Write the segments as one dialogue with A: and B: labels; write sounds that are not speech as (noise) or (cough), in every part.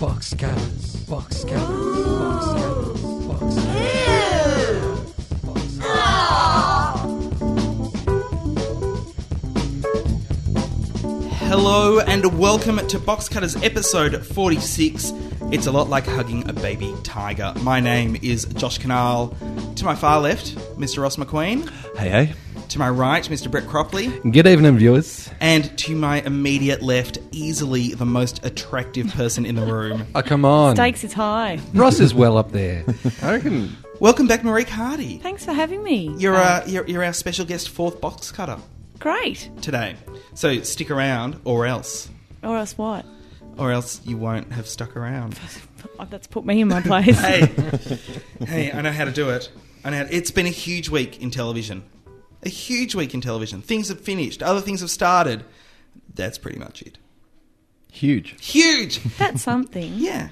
A: Box cannons. Box cannons. Box cannons. Box cannons. Box cannons.
B: Hello and welcome to Box Cutters episode 46. It's a lot like hugging a baby tiger. My name is Josh Canal. To my far left, Mr. Ross McQueen.
C: Hey, hey.
B: To my right, Mr. Brett Cropley.
C: Good evening, viewers.
B: And to my immediate left, easily the most attractive person in the
C: (laughs)
B: room.
C: Oh, come on.
D: Stakes is high.
C: Ross is well up there. I reckon.
B: Welcome back, Marie Hardy.
D: Thanks for having me.
B: You're, uh, you're, you're our special guest fourth box cutter
D: Great.
B: today. So stick around or else.
D: Or else what?
B: Or else you won't have stuck around.
D: Oh, That's put me in my place.
B: hey, hey, I know how to do it. I know. How it's been a huge week in television. A huge week in television. Things have finished. Other things have started. That's pretty much it.
C: (laughs) Huge.
B: Huge.
D: (laughs) That's something.
B: Yeah.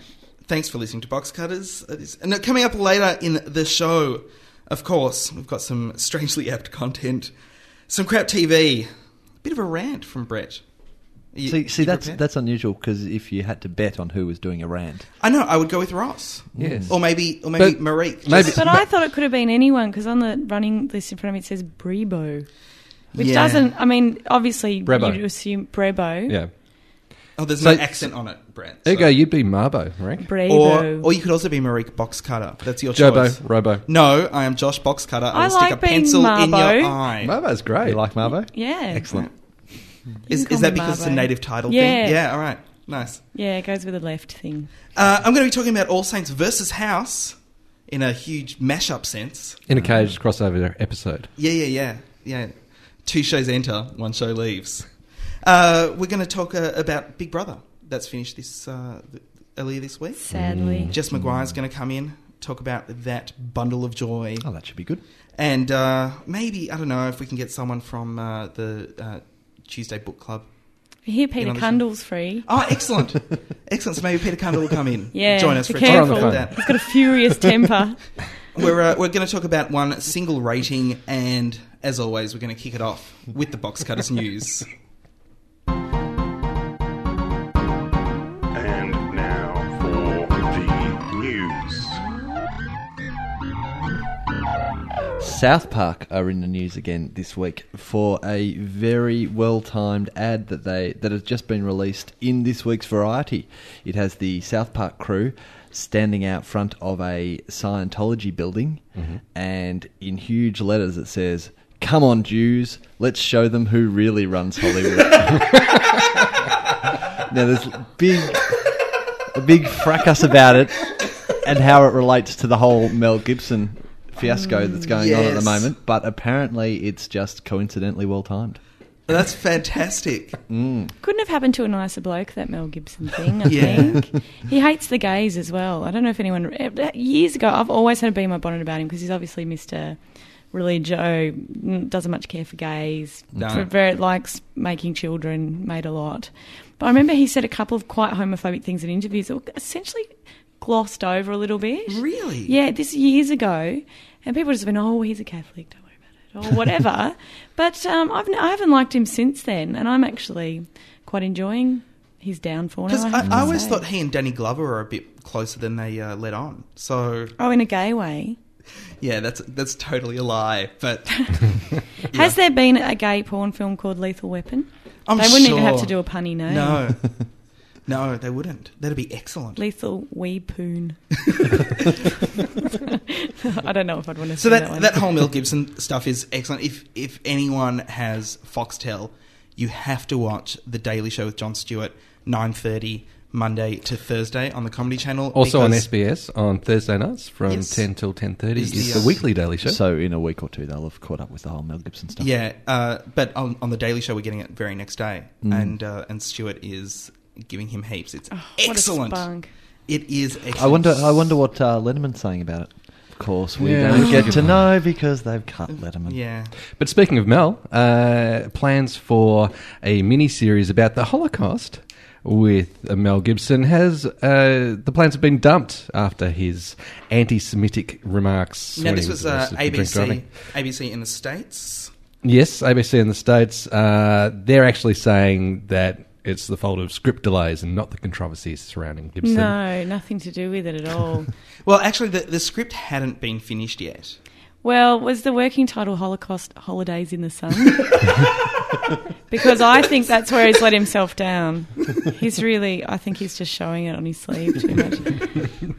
B: Thanks for listening to Box Cutters. It is- And coming up later in the show, of course, we've got some strangely apt content, some crap TV, a bit of a rant from Brett. Are you-
E: See, see,
B: you
E: that's
B: prepared?
E: that's unusual because if you had to bet on who was doing a rant,
B: I know. I would go with Ross.
C: Yes.
B: Or maybe, or maybe
C: But
B: Marie. just-
C: maybe-
D: But I thought it could have been anyone because on the running list in front of me it says Brebo, which
B: Yeah.
D: doesn't. I mean, obviously
C: Brebo.
D: you'd assume Brebo.
C: Yeah.
B: Oh, there's
C: So-
B: no accent on it, Brett.
C: There you
B: so-
C: go. You'd be Marbo, right?
D: Brebo.
B: Or, or you could also be Marie Boxcutter. That's your
C: Jobo,
B: choice.
C: Robo.
B: No, I am Josh Boxcutter. I,
D: I
B: will stick
D: like
B: a
D: being
B: pencil in
D: Marbo.
B: your eye.
C: Marbo's great.
E: you like Marvo?
D: yeah.
E: Excellent.
D: You
B: Is,
D: can
B: is
D: call
B: that
D: me
B: because it's a
D: Marbo.
B: native title
D: Yeah.
B: thing? Yeah, all right. Nice.
D: Yeah, it goes with the left thing.
B: Uh, I'm going to be talking about All Saints versus House in a huge mashup sense.
C: In a cage crossover episode.
B: Yeah, yeah, yeah. Yeah. Two shows enter, one show leaves. Uh, we're going to talk uh, about Big Brother. That's finished this uh, th- earlier this week.
D: Sadly.
B: Jess McGuire's going to come in, talk about that bundle of joy.
E: oh, that should be good.
B: And uh, maybe, I don't know, if we can get someone from uh, the uh, Tuesday Book Club.
D: We hear
B: You
D: Peter
B: know,
D: Cundall's free.
B: Oh, (laughs) excellent. excellent. So maybe Peter Cundall will come in.
D: Yeah,
B: Join us
D: be
B: for a chat
D: careful.
B: about that.
D: He's got a furious
B: (laughs)
D: temper.
B: We're, uh, we're going to talk about one single rating, and as always, we're going to kick it off with the Box Cutters news.
F: And now for the news.
E: South Park are in the news again this week for a very well-timed ad that they that has just been released in this week's Variety. It has the South Park crew standing out front of a Scientology building, and in huge letters it says, "Come on, Jews, let's show them who really runs Hollywood." now there's big a big fracas about it and how it relates to the whole Mel Gibson fiasco that's going on at the
B: Mm, Yes.
E: moment. But apparently, it's just coincidentally well timed.
B: (laughs) That's fantastic.
D: Couldn't have happened to a nicer bloke, that Mel Gibson thing, I
B: (laughs) Yeah.
D: think. He hates the gays as well. I don't know if anyone. eh, Years ago, I've always had a bee in my bonnet about him because he's obviously Mr. Really Joe, mm, doesn't much care for gays,
B: No.
D: for- very, likes making children, made a lot. But I remember he said a couple of quite homophobic things in interviews that were essentially glossed over a little bit.
B: Really?
D: Yeah, this years ago, and people just been, oh, he's a Catholic, don't worry about
B: (laughs)
D: it, or whatever. but um, I've n- I haven't liked him since then, and I'm actually quite enjoying his downfall.
B: Because
D: Now, I,
B: I,
D: have to
B: I always
D: say.
B: thought he and Danny Glover are a bit closer than they uh, let on. So,
D: oh, in a gay way.
B: yeah, that's that's totally a lie.
D: (laughs)
B: But
D: Has there been a gay porn film called Lethal Weapon?
B: I'm
D: they wouldn't
B: sure.
D: even have to do a punny name. (laughs)
B: No. No, they wouldn't. That'd be excellent.
D: Lethal
B: (laughs)
D: Wee (laughs) Poon. I don't know if I'd want to
B: So
D: see
B: that
D: one.
B: that, whole Mel Gibson stuff is excellent. If if anyone has Foxtel, you have to watch The Daily Show with Jon Stewart, nine thirty Monday to Thursday on the Comedy Channel.
C: Also on
B: because-
C: SBS on Thursday nights from
B: Yes.
C: 10 till 10.30
B: Is the,
C: is, the,
B: uh,
C: weekly Daily Show.
E: So in a week or two, they'll have caught up with the whole Mel Gibson stuff.
B: Yeah, uh, but on, on the Daily Show, we're getting it very next day,
C: Mm.
B: and uh, and Stewart is giving him heaps. It's excellent.
D: Oh, What a spunk.
B: It is. excellent.
E: I wonder. I wonder what uh, Letterman's saying about it. Of course, we
C: Yeah,
E: don't
C: that's a
E: get
C: good
E: to
C: one.
E: know because they've cut Letterman.
B: Yeah.
C: But speaking of Mel, uh, plans for a mini series about the Holocaust with uh, Mel Gibson has uh, the plans have been dumped after his anti-Semitic remarks.
B: Now
C: when
B: this
C: he
B: was uh,
C: arrested for drink
B: ABC,
C: driving.
B: ABC in the states.
C: Yes, ABC in the states. Uh, they're actually saying that It's the fault of script delays and not the controversies surrounding Gibson.
D: No, nothing to do with it at all.
B: Well, actually, the, the script hadn't been finished yet.
D: well, was the working title Holocaust Holidays in the Sun? (laughs) because I think that's where he's let himself down. He's really, I think he's just showing it on his sleeve too much.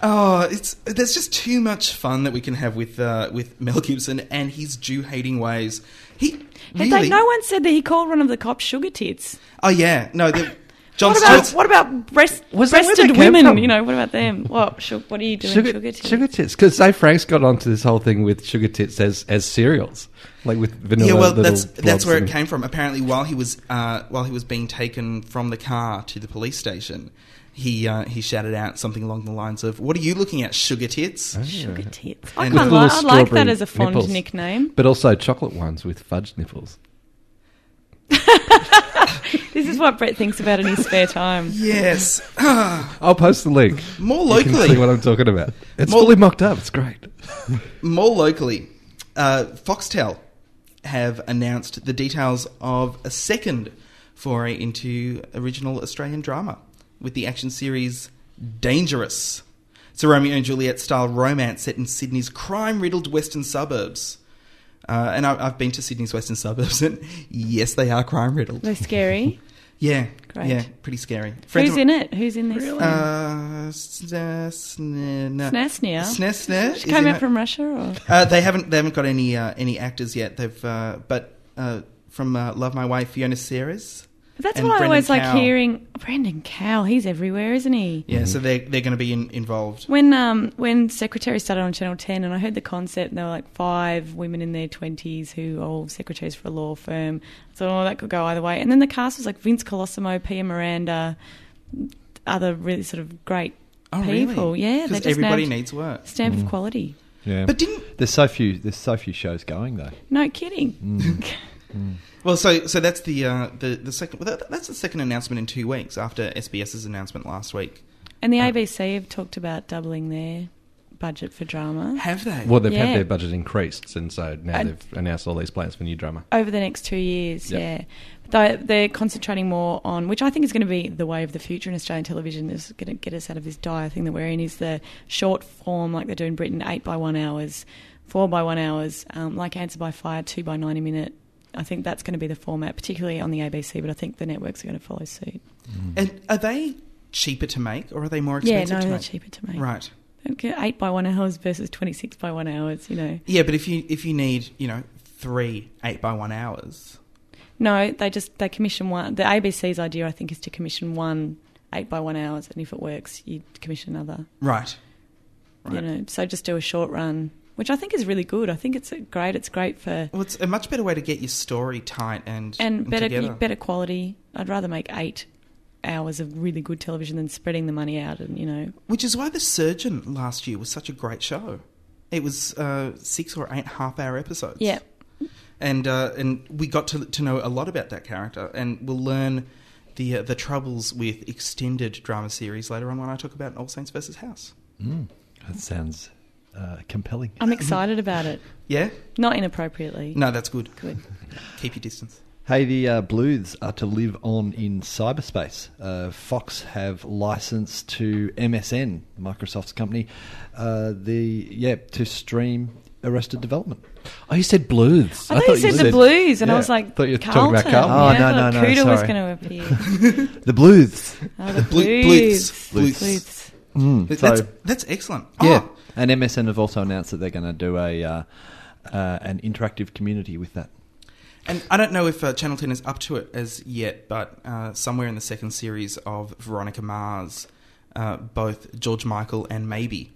B: Oh, it's there's just too much fun that we can have with uh, with (laughs) Mel Gibson and his Jew hating ways. He
D: Had
B: really,
D: they- no one said that he called one of the cops sugar tits.
B: Oh yeah, no.
D: (coughs)
B: The, John
D: What about,
B: Stewart's-
D: what about breast,
C: Was that where they
D: breasted
C: came
D: women?
C: from?
D: You know, what about them? What, sugar, what are you doing, sugar, tits?
C: sugar tits, because say Frank's got onto this whole thing with sugar tits as as cereals, like with vanilla.
B: yeah, well,
C: little
B: that's that's
C: blobs
B: where it
C: and-
B: came from. Apparently, while he was uh, while he was being taken from the car to the police station, he uh, he shouted out something along the lines of, "What are you looking at, sugar tits?"
D: Sugar tits. I
B: And
D: can't
B: with
D: lie. I
C: little
D: like that
C: strawberry
D: as a fond
C: nipples.
D: nickname. (laughs)
C: But also chocolate ones with fudge nipples.
D: This is what Brett thinks about in his spare time.
B: Yes, (sighs)
C: I'll post the link.
B: (laughs) more
C: You can see
B: locally,
C: what I'm talking about. It's
B: More-
C: fully mocked up. It's great.
B: more locally, uh, Foxtel have announced the details of a second foray into original Australian drama with the action series Dangerous. It's a Romeo and Juliet style romance set in Sydney's crime riddled western suburbs. Uh, and I, I've been to Sydney's western suburbs, (laughs) and yes, they are crime riddled.
D: They're scary.
B: Yeah,
D: Great.
B: yeah, pretty scary.
D: Who's in it? Who's in this? Really?
B: Uh, Snesnia.
D: Snesnia?
B: Snesnia. is
D: she came
B: in
D: out
B: it.
D: from Russia, or
B: Uh, they haven't. They haven't got any uh, any actors yet. They've. Uh, but uh, from uh, Love My Way, Fiona Ceres.
D: that's
B: And
D: what I
B: Brendan
D: always like
B: Cowell.
D: hearing. Brendan Cow, he's everywhere, isn't he?
B: Yeah, so they're they're going to be in, involved.
D: When um when Secretary started on Channel Ten, and I heard the concept, and there were like five women in their twenties who are all secretaries for a law firm. So oh, that could go either way. And then the cast was like Vince Colosimo, Pia Miranda, other really sort of great people. Yeah, they
B: Oh, because
D: just
B: everybody
D: nabbed-
B: needs work.
D: stamp of quality.
E: Yeah.
B: But didn't
E: there's so few. There's so few shows going though.
D: No kidding.
B: well. So so that's the uh, the the second. Well, that, that's the second announcement in two weeks after SBS's announcement last week.
D: (laughs) And the ABC have talked about doubling their budget for drama
B: Have they?
C: Well, they've
D: Yeah.
C: had their budget increased, and so now
D: And-
C: they've announced all these plans for new drama.
D: over the next two years.
C: Yep.
D: Yeah, they're, they're concentrating more on which I think is going to be the way of the future in Australian television. Is going to get us out of this dire thing that we're in. Is the short form like they do in Britain, eight by one hours, four by one hours, um, like Answer by Fire, two by ninety minute. I think that's going to be the format, particularly on the ABC. But I think the networks are going to follow suit.
B: and are they cheaper to make or are they more
D: Yeah,
B: expensive?
D: no,
B: to
D: they're
B: make?
D: cheaper to make.
B: Right.
D: Okay, eight by one hours versus twenty six by one hours. You know.
B: Yeah, but if you if you need you know three eight by one hours.
D: No, they just they commission one. The ABC's idea, I think, is to commission one eight by one hours, and if it works, you commission another.
B: Right.
D: You
B: Right.
D: know, so just do a short run, which I think is really good. I think it's uh, great. It's great for
B: Well, it's a much better way to get your story tight and
D: and better
B: together.
D: better quality. I'd rather make eight hours of really good television than spreading the money out and you know
B: Which is why The Surgeon last year was such a great show. It was uh, six or eight half-hour episodes.
D: yeah
B: and uh, and we got to to know a lot about that character, and we'll learn the uh, the troubles with extended drama series later on when I talk about All Saints versus House.
E: That sounds uh, compelling.
D: i'm excited about it
B: Yeah,
D: not inappropriately
B: no, that's good.
D: good
B: Keep your distance.
E: Hey, the uh, Blues are to live on in cyberspace. Uh, Fox have licensed to MSN, Microsoft's company, uh, the yeah to stream Arrested Development.
C: Oh, you said blues.
D: I,
E: I
D: thought,
E: thought
D: you
E: you
D: said, the
E: said-
D: blues, and I
E: yeah,
D: was like,
C: thought you were
D: Carlton.
C: talking about Carlton.
E: Oh,
D: Yeah, I
E: no,
D: thought
E: no, no,
D: Cooter was (laughs)
E: sorry.
D: going to appear.
E: The Blues,
D: Oh, the
B: Blu-
D: blues.
B: blues. Blues.
D: Blues.
B: That's,
E: so-
B: that's excellent.
E: yeah,
B: Mm. Oh,
E: and MSN have also announced that they're going to do a uh, uh, an interactive community with that.
B: and I don't know if uh, Channel Ten is up to it as yet, but uh, somewhere in the second series of Veronica Mars, uh, both George Michael and Maybe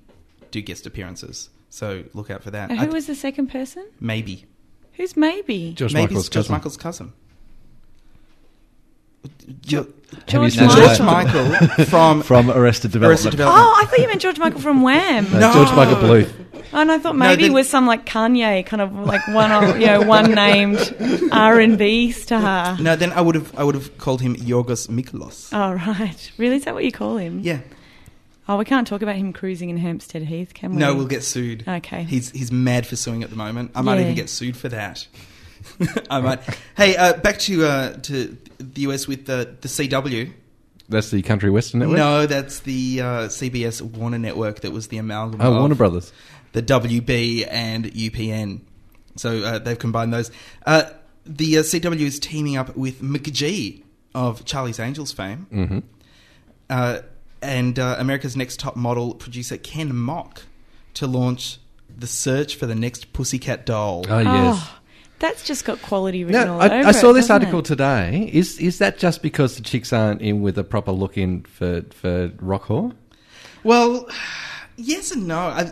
B: do guest appearances. So look out for that.
D: And
B: I-
D: who was the second person?
B: Maybe.
D: Who's maybe?
C: George
B: Maybe
C: Michael's
B: it's George
C: cousin.
B: Michael's cousin.
E: Jo-
D: George
E: seen
B: George
E: that?
D: Michael.
B: Michael from,
E: (laughs) From Arrested
B: Arrested
E: Development.
B: Development.
D: Oh, I thought you meant George Michael from Wham.
C: No,
B: (laughs) No.
C: George Michael Bluth.
D: And I thought maybe
B: then-
D: it was some like Kanye, kind of like one, of- you know, one named R and B star.
B: No, then I would have I would have called him Yorgos Mikolos.
D: Oh right, really? Is that what you call him?
B: Yeah.
D: Oh, we can't talk about him cruising in Hampstead Heath, can we?
B: No, we'll get sued.
D: Okay.
B: He's he's mad for suing at the moment. I might
D: Yeah.
B: even get sued for that. (laughs) I might. Hey, uh, back to uh, to the US with the the CW.
C: That's the Country Western Network?
B: No, that's the uh, CBS Warner Network that was the amalgam.
C: Oh,
B: of
C: Warner Brothers.
B: the WB and UPN. So uh, they've combined those. Uh, the uh, CW is teaming up with McGee of Charlie's Angels fame
C: Mm-hmm.
B: uh, and uh, America's Next Top Model producer Ken Mock to launch the search for the next Pussycat doll.
C: Oh, yes.
D: Oh, that's just got quality written
C: No,
D: all
C: I,
D: over
C: I saw
D: it,
C: this
D: doesn't
C: article
D: it?
C: today. Is is that just because the chicks aren't in with a proper look in for for rock whore?
B: Well, yes and no. I,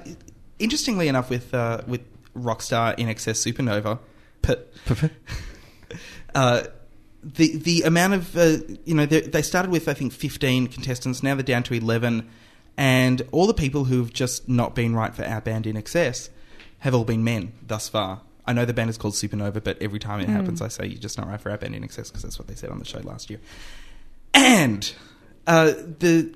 B: interestingly enough, with uh, with Rockstar in excess Supernova, but (laughs) uh, the the amount of uh, you know they they started with I think fifteen contestants. Now they're down to eleven, and all the people who've just not been right for our band in excess have all been men thus far. I know the band is called Supernova, but every time it happens, I say you're just not right for our band in excess because that's what they said on the show last year. And uh, the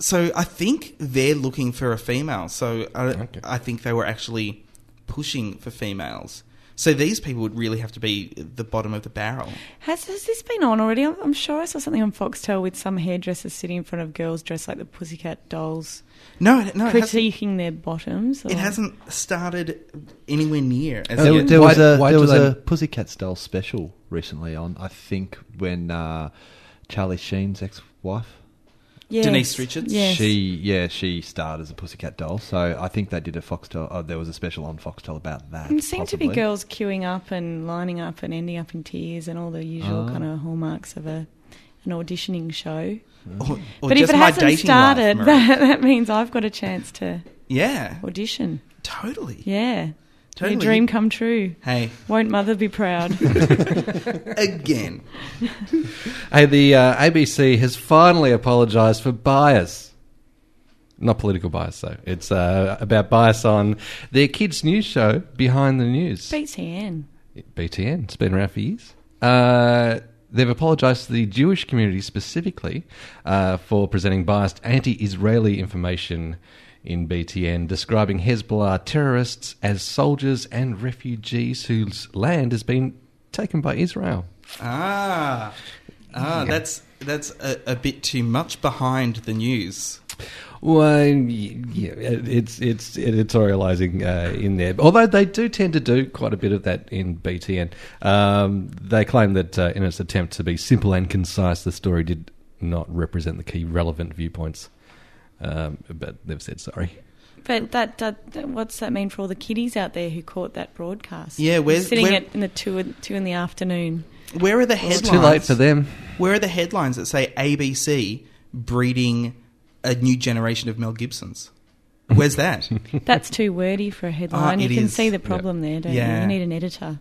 B: so I think they're looking for a female. So I,
C: Okay.
B: I think they were actually pushing for females. So these people would really have to be the bottom of the barrel.
D: Has, has this been on already? I'm, I'm sure I saw something on Foxtel with some hairdressers sitting in front of girls dressed like the Pussycat dolls,
B: No, it- no, it hasn't,
D: critiquing their bottoms. Or...
B: it hasn't started anywhere near. As
E: There,
C: Oh,
B: yet.
E: there
C: Why-
E: was a
C: why
E: there
C: do
E: was
C: they-
E: a Pussycat style special recently on I think when uh, Charlie Sheen's ex wife
D: Yes.
B: Denise Richards?
D: Yes.
E: she yeah she starred as a Pussycat doll so I think they did a Foxtel oh, there was a special on Foxtel about that.
D: There seemed to be
E: possibly.
D: girls queuing up and lining up and ending up in tears and all the usual
E: Ah.
D: kind of hallmarks of a an auditioning show.
B: or, or
D: but if
B: just
D: it
B: my
D: hasn't
B: dating life,
D: started,
B: Maria.
D: that, (laughs) that means I've got a chance to
B: yeah,
D: audition.
B: totally,
D: Yeah.
B: totally.
D: Your dream come true.
B: Hey,
D: Won't mother be proud? (laughs)
B: again,
C: Hey, the uh, ABC has finally apologised for bias. Not political bias, though. It's uh, about bias on their kids' news show, Behind the News.
D: BTN.
C: BTN. It's been around for years. Uh, they've apologised to the Jewish community specifically uh, for presenting biased anti Israeli information in BTN, describing Hezbollah terrorists as soldiers and refugees whose land has been taken by Israel.
B: ah, ah, that's that's a, a bit too much behind the news.
C: Well, y- yeah, it's it's editorializing uh, in there. Although they do tend to do quite a bit of that in BTN. Um, they claim that uh, in its attempt to be simple and concise, the story did not represent the key relevant viewpoints. Um, but they've said sorry.
D: But that, that, that- what's that mean for all the kiddies out there who caught that broadcast?
B: Yeah, where's-
D: sitting
B: where-
D: at in the two in- two in the afternoon.
B: Where are the headlines?
C: It's too late for them.
B: Where are the headlines that say ABC breeding a new generation of Mel Gibsons? Where's
C: (laughs)
B: that?
D: That's too wordy for a
B: (laughs)
D: headline.
B: Ah,
D: you
B: it
D: can
B: is.
D: see the problem there, don't
B: Yeah.
D: you? You need an editor.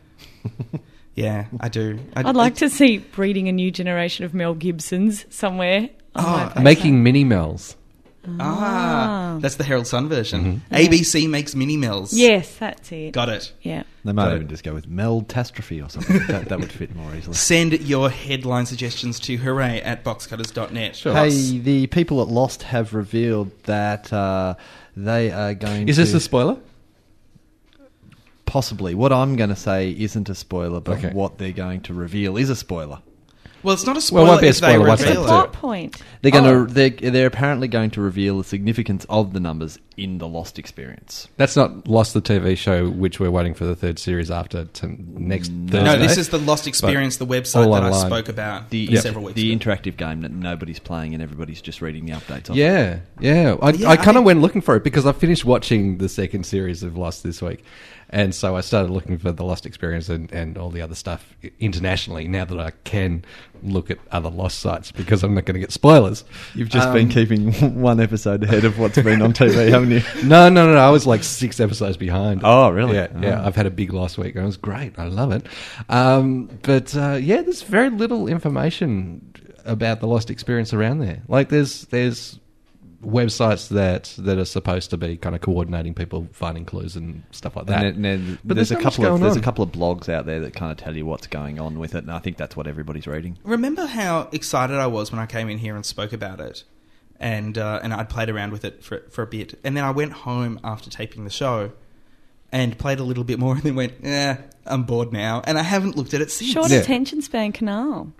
B: yeah, I do. I,
D: I'd like to see breeding a new generation of Mel Gibsons somewhere. on my
B: Oh,
D: poster.
C: Making mini mells.
B: Ah,
D: Ah.
B: that's the Herald Sun version.
C: Mm-hmm.
D: Yeah.
B: ABC makes mini mills.
D: Yes, that's it.
B: Got it.
D: Yeah.
E: They might
B: Got
E: even
B: it.
E: just go with Meltastrophe or something. that, that would fit more easily.
B: Send your headline suggestions to hooray at boxcutters.net.
C: (laughs) Sure.
E: Hey, the people at Lost have revealed that uh, they are going.
C: Is this
E: to-
C: a spoiler?
E: possibly? What I'm going to say isn't a spoiler, but
C: Okay.
E: what they're going to reveal is a spoiler.
B: Well, it's not a
C: Well,
B: spoiler
C: it won't be a
B: if they
C: spoiler once
D: The
B: reveal
C: they
B: it.
C: do
D: plot point.
E: They're going
D: Oh.
E: to. They're, they're apparently going to reveal the significance of the numbers in the Lost experience.
C: That's not Lost the TV show, which we're waiting for the third series after to next Thursday.
B: No, this is the Lost Experience, the website
C: all
B: that I
C: online.
B: spoke about
E: The
B: several weeks
E: the
B: ago.
E: interactive game that nobody's playing and everybody's just reading the updates. on.
C: Yeah, yeah. I,
B: Yeah,
C: I
B: I
C: kind of
B: think-
C: went looking for it because I finished watching the second series of Lost this week, and so I started looking for the Lost experience and, and all the other stuff internationally. Now that I can look at other Lost sites because I'm not going to get spoilers.
E: You've just been keeping (laughs) one episode ahead of what's been on (laughs) TV, haven't you?
C: No, no, no, no. I was like six episodes behind.
E: Oh, really?
C: Yeah, yeah.
E: Oh.
C: I've had a big last week. and It was great. I love it. Um, but uh, yeah, there's very little information about the lost experience around there. Like there's there's websites that that are supposed to be kind of coordinating people finding clues and stuff like that.
E: And then, then
C: But
E: there's,
C: there's
E: a
C: not much
E: couple of
C: going
E: there's a
C: on.
E: couple of blogs out there that kind of tell you what's going on with it, and I think that's what everybody's reading.
B: Remember how excited I was when I came in here and spoke about it, and uh, and I'd played around with it for for a bit, and then I went home after taping the show, and played a little bit more (laughs) and then went, yeah, I'm bored now. And I haven't looked at it since.
D: Short
C: Yeah.
D: attention span canal.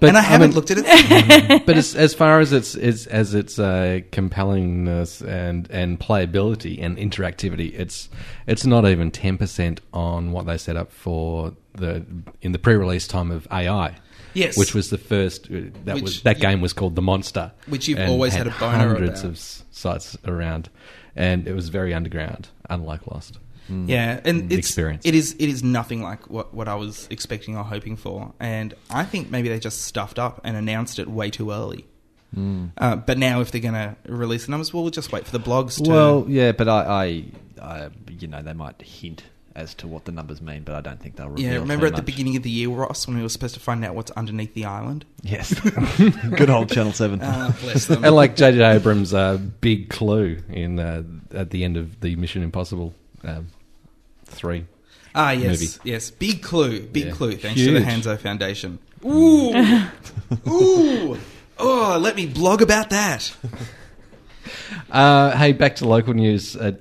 C: But
B: and I haven't
C: mean,
B: looked
C: (laughs)
B: at it since.
C: but as, as far as its as, as its uh, compellingness and and playability and interactivity, it's it's not even ten percent on what they set up for the in the pre-release time of AI.
B: Yes.
C: which was the first uh, that
B: Which
C: was that
B: you-
C: game was called The Monster,
B: Which you've
C: and
B: always had a boner
C: hundreds
B: about.
C: of s- sites around, and it was very underground, unlike Lost.
B: yeah, and it's
C: experience.
B: it is it is nothing like what what I was expecting or hoping for, and I think maybe they just stuffed up and announced it way too early.
C: Hmm.
B: Uh, but now, if they're going to release the numbers, well, we'll just wait for the blogs to.
E: Well, yeah, but I, I, I, you know, they might hint as to what the numbers mean, but I don't think they'll reveal.
B: yeah, remember
E: too
B: at the
E: much.
B: beginning of the year, Ross, when we were supposed to find out what's underneath the island?
E: Yes, (laughs) good old Channel Seven.
B: Ah, bless
E: (laughs)
B: them.
C: and like J.J. Abrams' uh, big clue in uh, at the end of the Mission Impossible um, three.
B: ah, yes,
C: movie.
B: yes, big clue, big
C: Yeah.
B: clue. Thanks to
C: Huge.
B: the Hanzo Foundation. Ooh, (laughs) ooh, oh, let me blog about that.
C: Uh, hey, back to local news. Uh,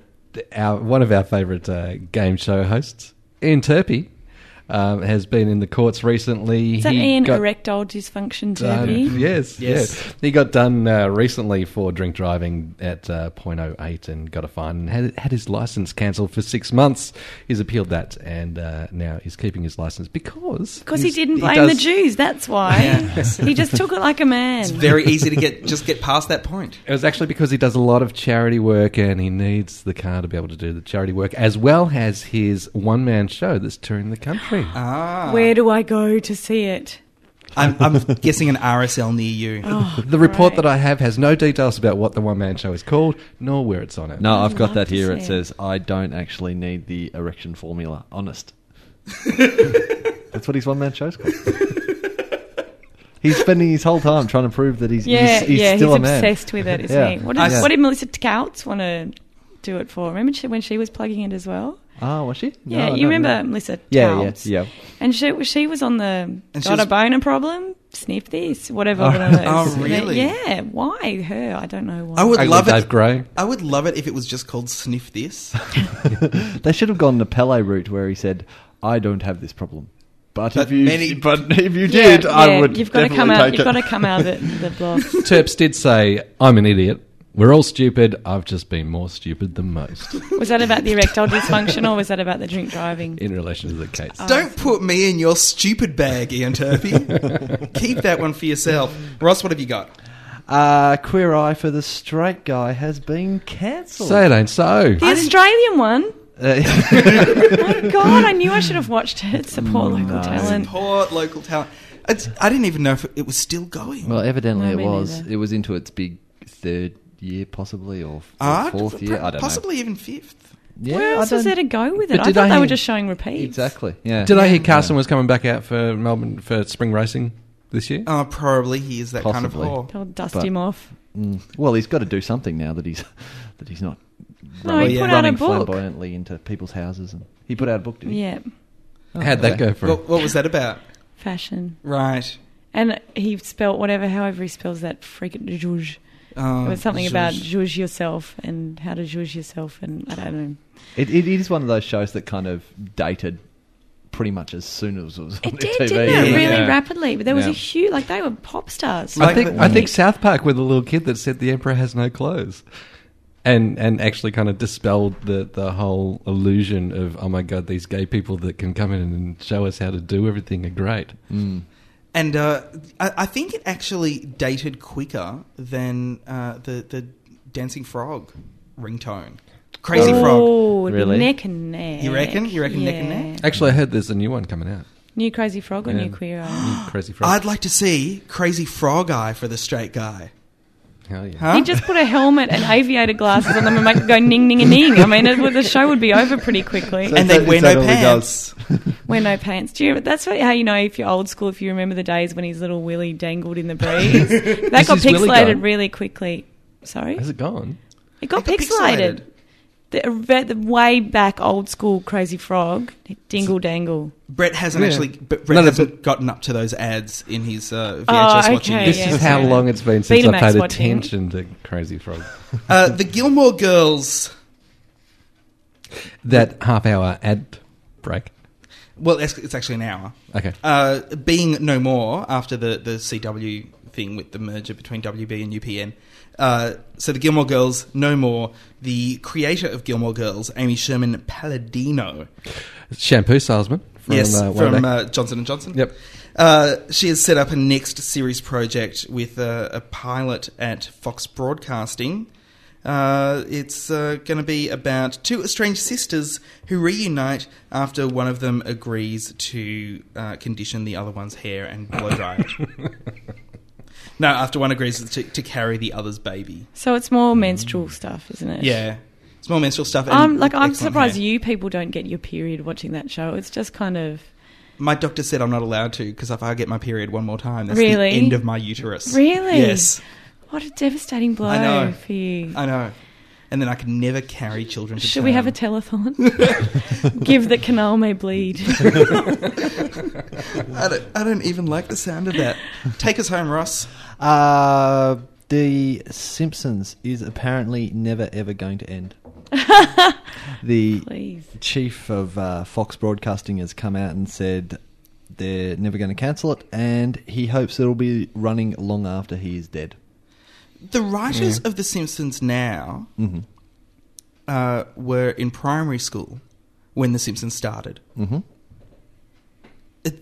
C: our, one of our favourite uh, game show hosts, Ian Turpie, um, has been in the courts recently.
D: Is that
C: He
D: Ian
C: got
D: erectile dysfunction
C: done-
D: derby?
C: yes, yes,
B: Yes.
C: He got done uh, recently for drink driving at uh, 0.08 and got a fine and had, had his license cancelled for six months. He's appealed that and uh, now he's keeping his license because
D: Because he
C: he's-
D: didn't blame the
C: does-
D: Jews, that's why. He just took it like a man.
B: It's very easy to get just get past that point.
C: It was actually because he does a lot of charity work and he needs the car to be able to do the charity work as well as his one man show that's touring
E: (gasps)
C: the country.
B: (laughs) Ah,
D: Where do I go to see it?
B: I'm, I'm guessing an RSL near you. (laughs)
D: Oh,
C: the report
D: great.
C: that I have has no details about what the one man show is called nor where it's on it.
E: No, I've got
D: love
E: that
D: to
E: here.
D: see
E: It
D: it.
E: says I don't actually need the erection formula. Honest. That's what his one man show's called. he's spending his whole time trying to prove that he's
D: Yeah,
E: he's, he's
D: yeah,
E: still
D: he's
E: a man.
D: obsessed with it, isn't he?
E: Yeah.
D: What
B: I
D: did,
B: s-
D: what did Melissa Kautz want to do it for? Remember she, when she was plugging it as well?
E: Ah, was she?
D: Yeah, you
E: No, no, no.
D: remember Melissa
E: Yeah, yeah,
D: Kautz?
E: yeah.
D: And she she was on the
B: And she
D: got
B: was-
D: a boner problem, sniff this, whatever. one of those.
B: Oh, really?
D: Yeah. Why her? I don't know why.
B: I would
C: Ugly
B: love
C: Dave
B: it.
C: Gray.
B: I would love it if it was just called Sniff This.
E: (laughs) They should have gone the Pele route where he said, "I don't have this problem." But,
B: But
E: if you,
B: many-
E: but if you
D: Yeah,
E: did, I
D: yeah,
E: would.
D: You've got to
E: definitely
D: come out.
E: take
D: You've got
E: it.
D: to come out of it, the block.
C: Terps did say, I'm an idiot. We're all stupid. I've just been more stupid than (laughs) most
D: Was that about the erectile dysfunction, or was that about the drink driving?
C: in relation to the case.
B: Don't put me in your stupid bag, Ian
E: (laughs)
B: Turpie. Keep that one for yourself. Ross, what have you got?
E: (laughs) Uh, Queer Eye for the Straight Guy has been cancelled.
C: Say it ain't so.
D: The Australian one.
E: (laughs) Uh, (laughs)
D: My God, I knew I should have watched it.
E: Mm,
D: Support local talent.
B: Support local talent. It's, I didn't even know if it was still going.
E: Well, evidently
D: No,
E: it
D: me
E: was.
D: neither.
E: It was into its big third year, possibly, or, f- or
B: Ah,
E: fourth year. I don't
B: possibly even fifth.
E: know.
D: Where
E: I
D: else was
E: don't-
D: there to go with it?
C: But
D: I
C: did
D: thought
C: I
D: they were
C: hear-
D: just showing repeats.
E: Exactly. Yeah.
C: Did I hear Carson was coming back out for Melbourne for spring racing this year?
B: Oh, probably he is that
E: Possibly.
B: kind of whore.
D: They'll dust
E: But-
D: him off.
E: Mm. Well, he's got to do something now that he's (laughs) that he's not
D: No,
E: running,
D: he
B: yeah.
D: put out a
E: running
D: book.
E: flamboyantly into people's houses. And he put out a book, did he?
D: Yeah,
C: Oh, How'd that go for him?
B: What, what was that about?
D: fashion.
B: Right.
D: And he spelt whatever, however he spells that freaking zhuzh.
B: Um,
D: It was something about zhuzh yourself and how to zhuzh yourself, and I don't know.
E: It, it is one of those shows that kind of dated pretty much as soon as it was on
D: It did,
E: TV.
D: didn't
B: yeah,
D: it? Really
C: yeah.
D: rapidly. But there was
E: Yeah.
D: a huge, like, they were pop stars.
C: I
B: Like
C: think
B: the-
C: I think South Park with the little kid that said the emperor has no clothes, and and actually kind of dispelled the the whole illusion of oh my god these gay people that can come in and show us how to do everything are great.
B: Mm-hmm. And uh, I, I think it actually dated quicker than uh, the the Dancing Frog ringtone. Crazy Frog.
D: Oh, it'd be
E: Really?
D: neck and neck.
B: You reckon? You reckon neck and
D: Yeah.
C: Actually, I heard there's a new one coming out.
D: New Crazy Frog or
C: Yeah.
D: New Queer Eye?
C: New Crazy Frog.
B: I'd like to see Crazy Frog Eye for the straight guy.
C: Hell
B: (gasps)
C: yeah.
B: Huh?
D: He'd just put a helmet and aviator glasses on them and make them go ning ning a ning. I mean, it, would- the show would be over pretty quickly.
E: So-
B: and they
E: Is that-
B: wear
E: is that
B: no
E: all he
B: pants.
D: Wear no pants. Do you? That's what, how you know if you're old school. If you remember the days when his little willy dangled in
B: (laughs)
D: the breeze, that
C: Has
D: got
C: his willy
D: pixelated
C: gone?
D: really quickly. Sorry,
C: Has it gone?
D: it got
B: It got
D: pixelated. The, the way back old school Crazy Frog, Dingle Dangle.
B: (laughs) Brett hasn't
C: Yeah.
B: actually. But
C: No,
B: Brett
C: no,
B: hasn't gotten up to those ads in his uh, VHS
D: Oh, okay,
B: watching.
D: yeah.
C: This
D: Yes,
C: is how
D: yeah.
C: long it's been since
D: Betamax
C: I paid
D: watching.
C: attention to Crazy Frog.
B: Uh, the Gilmore Girls
C: that half hour ad break.
B: Well, it's, it's actually an hour.
C: Okay.
B: Uh, being no more after the, the CW thing with the merger between WB and UPN. Uh, so the Gilmore Girls, no more. The creator of Gilmore Girls, Amy Sherman Palladino.
C: Shampoo salesman from
B: yes,
C: uh, way
B: from
C: back.
B: uh, Johnson and Johnson.
C: Yep.
B: Uh, she has set up a next series project with a, a pilot at Fox Broadcasting. Uh, it's uh, going to be about two estranged sisters who reunite after one of them agrees to uh, condition the other one's hair and blow dry
C: (laughs)
B: it. no, after one agrees to, to carry the other's baby.
D: So it's more menstrual stuff, isn't it?
B: Mm. Yeah, it's more menstrual stuff. and
D: Um, like I'm
B: excellent
D: surprised
B: hair.
D: you people don't get your period watching that show. It's just kind of
B: My doctor said I'm not allowed to because if I get my period one more time, that's
D: Really?
B: the end of my uterus.
D: Really?
B: Yes.
D: what a devastating blow
B: I know.
D: for you.
B: I know. And then I could never carry children. To
D: Should we have a
B: term. (laughs)
D: telethon? Give the canal may bleed.
B: I don't, I don't even like the sound of that. Take us home, Ross.
E: Uh, the Simpsons is apparently never ever going to end.
D: (laughs)
E: (laughs) the
D: Please.
E: chief of uh, Fox Broadcasting has come out and said they're never going to cancel it, and he hopes it'll be running long after he is dead.
B: The writers of The Simpsons now
E: Mm-hmm.
B: uh, were in primary school when The Simpsons started.
E: Mm-hmm.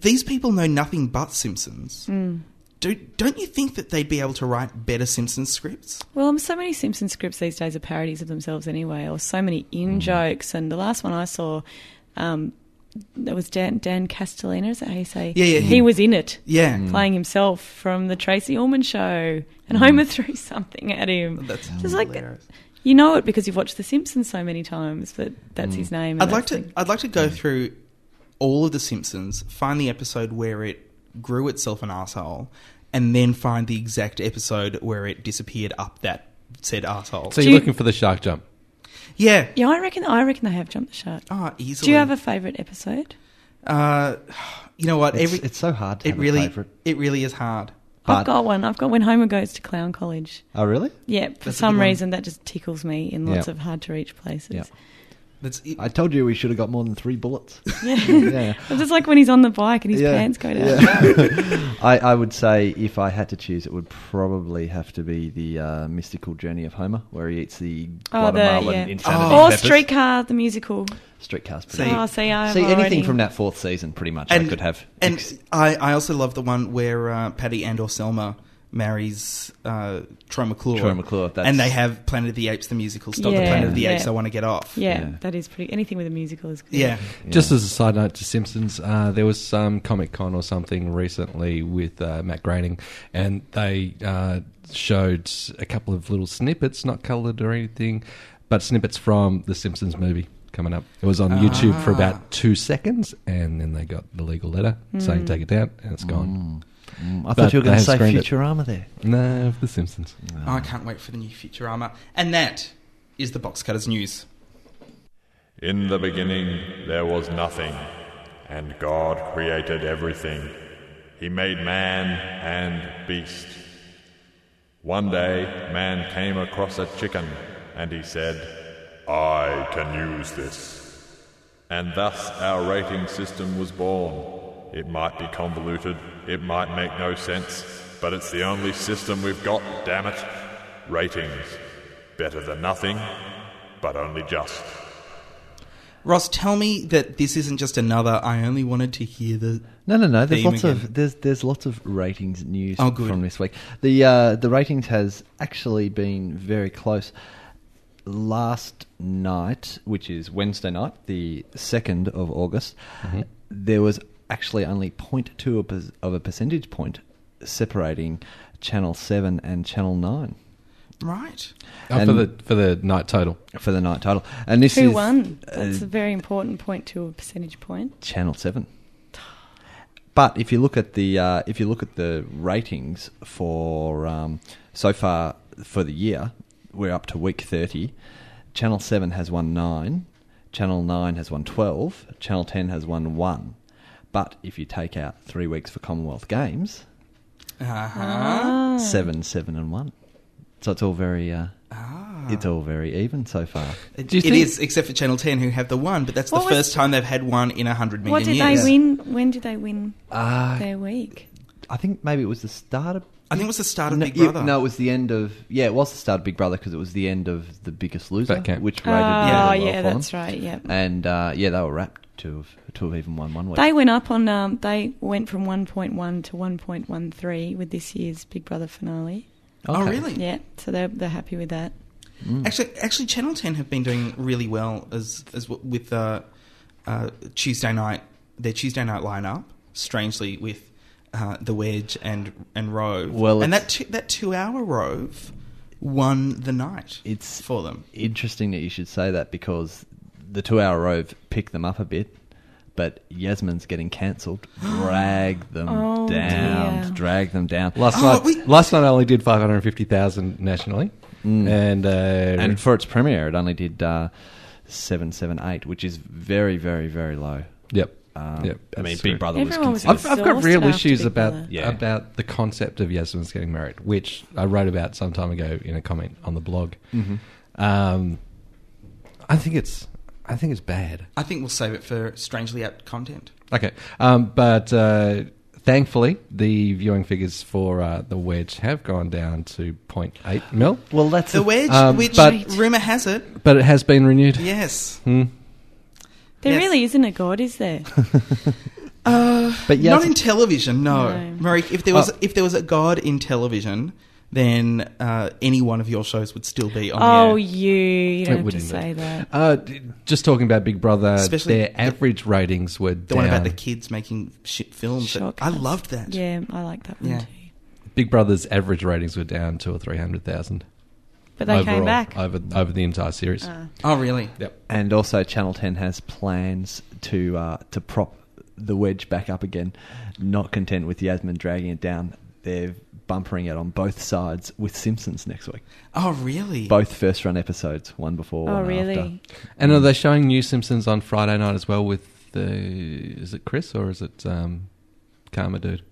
B: These people know nothing but Simpsons.
D: Hmm.
B: Do, don't you think that they'd be able to write better Simpsons scripts?
D: Well, um, so many Simpsons scripts these days are parodies of themselves anyway, or so many in
B: Mm.
D: jokes. And the last one I saw, um, that was Dan, Dan Castellina, is that how you say?
B: Yeah, yeah, Mm.
D: He
B: yeah.
D: was in it,
B: Yeah.
D: playing himself from the Tracy Ullman show,
B: Mm.
D: and Homer threw (laughs) something at him.
B: That's
D: Just like-
B: hilarious.
D: You know it because you've watched The Simpsons so many times, but that's his name. and
B: Mm. I'd like
D: that's
B: to.
D: the-
B: I'd like to go through all of the Simpsons, find the episode where it grew itself an asshole, and then find the exact episode where it disappeared up that said asshole.
D: Do
C: So you're
D: you-
C: looking for the shark jump.
B: yeah.
D: Yeah, I reckon. I reckon they have jumped the shark.
B: Ah, easily.
D: Do you have a favourite episode?
B: Uh, you know what?
E: It's,
B: Every
E: it's so hard to
B: it
E: have
B: really
E: a favorite.
B: it really is hard.
E: But-
D: I've got one. I've got when Homer goes to clown college.
E: Oh, really?
D: Yeah, for
B: That's a good
D: some
B: one.
D: reason that just tickles me in lots
E: Yeah.
D: of hard to reach places.
E: Yeah.
B: That's it, (laughs)
E: I told you we should have got more than three bullets.
D: (laughs) Yeah.
E: yeah.
D: it's just like when he's on the bike and (laughs) his
E: Yeah.
D: pants go down.
E: Yeah. (laughs) I, I would say if I had to choose, it would probably have to be the uh, mystical journey of Homer, where he eats the
D: Oh, the,
E: Guatemalan
D: yeah.
E: insanity
B: (laughs) Oh.
D: Or
E: peppers.
D: Streetcar, the musical.
E: Streetcar's pretty
B: See-
E: good.
D: oh, see, i
E: See anything from that fourth season, pretty much, I could have. Ex-
B: And I, I also love the one where uh, Patty and or Selma marries uh, Troy McClure.
E: Troy McClure, that's-
B: and they have Planet of the Apes the musical. Stop the
D: Yeah,
B: Planet of the Apes.
D: yeah.
B: I want to get off.
D: Yeah,
E: Yeah.
D: that is pretty. Anything with a musical is good.
B: Yeah.
C: Just as a side note to Simpsons, uh, there was some Comic Con or something recently with uh, Matt Groening, and they uh, showed a couple of little snippets, not coloured or anything, but snippets from the Simpsons movie coming up. It was on
E: Ah.
C: YouTube for about two seconds, and then they got the legal letter
E: Hmm.
C: saying take it down, and it's gone.
E: Mm, I
C: but
E: thought you were going
C: they
E: to
C: have
E: say
C: screened it.
E: Futurama there.
C: No, the Simpsons.
B: Oh, I can't wait for the new Futurama. And that is the Box Cutters news.
G: In the beginning, there was nothing, and God created everything. He made man and beast. One day, man came across a chicken, and he said, I can use this. And thus our rating system was born. It might be convoluted, it might make no sense, but it's the only system we've got, damn it. Ratings. Better than nothing, but only just.
B: Ross, tell me that this isn't just another. I only wanted to hear the.
E: No, no, no. There's
B: theme
E: lots
B: again.
E: of there's there's lots of ratings news
B: Oh, good.
E: from this week. The uh, the ratings has actually been very close. Last night, which is Wednesday night, the second of August, there was actually only 0.2 of a- of a percentage point separating Channel Seven and Channel Nine
B: Right.
C: Oh, for
E: And-
C: the for the night total.
E: for the night title. And this
D: Who
E: is
D: won?
E: uh,
D: That's a very important point to a percentage point.
E: Channel Seven. But if you look at the uh, if you look at the ratings for um, so far for the year, we're up to week thirty. Channel Seven has won nine. Channel Nine has won twelve. Channel Ten has won one. But if you take out three weeks for Commonwealth Games,
B: Uh-huh.
D: Ah. Hmm.
E: seven, seven, and one. So it's all very uh, it's all very even so far.
B: It-
C: Do you
B: it
C: think-
B: is, except for Channel 10, who have the one, but that's
D: What
B: the
D: was-
B: first time they've had one in 100 million
D: What did
B: years.
D: they win? When did they win
E: Uh,
D: their week?
E: I think maybe it was the start of.
B: I think it was the start of
E: no,
B: Big
E: yeah,
B: Brother.
E: no, it was the end of. Yeah, it was the start of Big Brother because it was the end of The Biggest Loser,
C: That came-
E: which
D: Oh,
E: rated
D: yeah,
E: really well for
D: that's
E: them.
D: right. Yeah.
E: And uh, yeah, they were wrapped to have to have even won one week.
D: They went up on. Um, they went from 1.1 to 1.13 with this year's Big Brother finale.
B: Oh,
E: Okay.
B: really?
D: Yeah, so they're they're happy with that.
E: Mm.
B: Actually, actually, Channel Ten have been doing really well as as w- with uh, uh, Tuesday night their Tuesday night lineup. Strangely, with uh, the Wedge and and Rove.
E: Well,
B: and
E: it's-
B: that two, that two hour Rove won the night.
E: It's-
B: for them.
E: Interesting that you should say that because the two-hour rove picked them up a bit, but Yasmin's
D: (gasps)
E: getting cancelled. Drag them
D: Oh,
E: down.
D: dear.
E: Drag them down.
C: Last
B: Oh,
C: night,
B: we-
C: last night I only did five hundred fifty thousand nationally, and uh,
E: Hmm. Oh. and for its premiere, it only did uh, seven, seven, eight, which is very, very, very low.
C: yep,
E: Um,
C: yep.
E: I mean,
C: that's
E: Big
C: true.
E: Brother
D: Everyone
E: was
D: was
E: considered.
C: I've, I've got real
D: Exhausted
C: issues
D: after
C: about
D: Big
E: Brother.
C: about the concept of Yasmin's getting married, which I wrote about some time ago in a comment on the blog. Um, I think it's I think it's bad.
B: I think we'll save it for strangely apt content.
C: Okay, um, but uh, thankfully the viewing figures for uh, the wedge have gone down to 0.8 mil,
E: well, that's
B: The
E: the
B: Wedge,
C: Um,
B: which
C: but-
B: rumor has it,
C: but it has been
E: (laughs)
C: renewed.
B: yes.
C: Hmm.
D: There
B: Yes.
D: really isn't a god, is
C: (laughs)
D: there?
B: Uh,
E: But yeah,
B: not
E: it's-
B: in television. No,
D: No.
B: Murray. If there was
C: Oh.
B: if there was a god in television, then uh, any one of your shows would still be on.
D: oh,
B: the air.
D: you! You
C: It
D: don't have to
C: wouldn't be.
D: say that.
C: Uh, d- just talking about Big Brother,
B: Especially
C: their
B: the-
C: average ratings were
B: the
C: down.
B: one about the kids making shit films. that- I
D: Shortcuts.
B: loved that.
D: Yeah, I like that one
B: Yeah.
D: too.
C: Big Brother's average ratings were down two or three hundred thousand.
D: But they came back.
C: over over the entire series.
D: Ah.
B: Oh, really?
C: Yep.
E: and also Channel Ten has plans to uh, to prop the wedge back up again. Not content with Yasmin dragging it down, they're bumpering it on both sides with Simpsons next week.
B: Oh, really?
E: Both first run episodes, one before.
D: oh,
E: one After.
D: really?
C: And are they showing New Simpsons on Friday night as well with the is it Chris or is it um Karma Dude?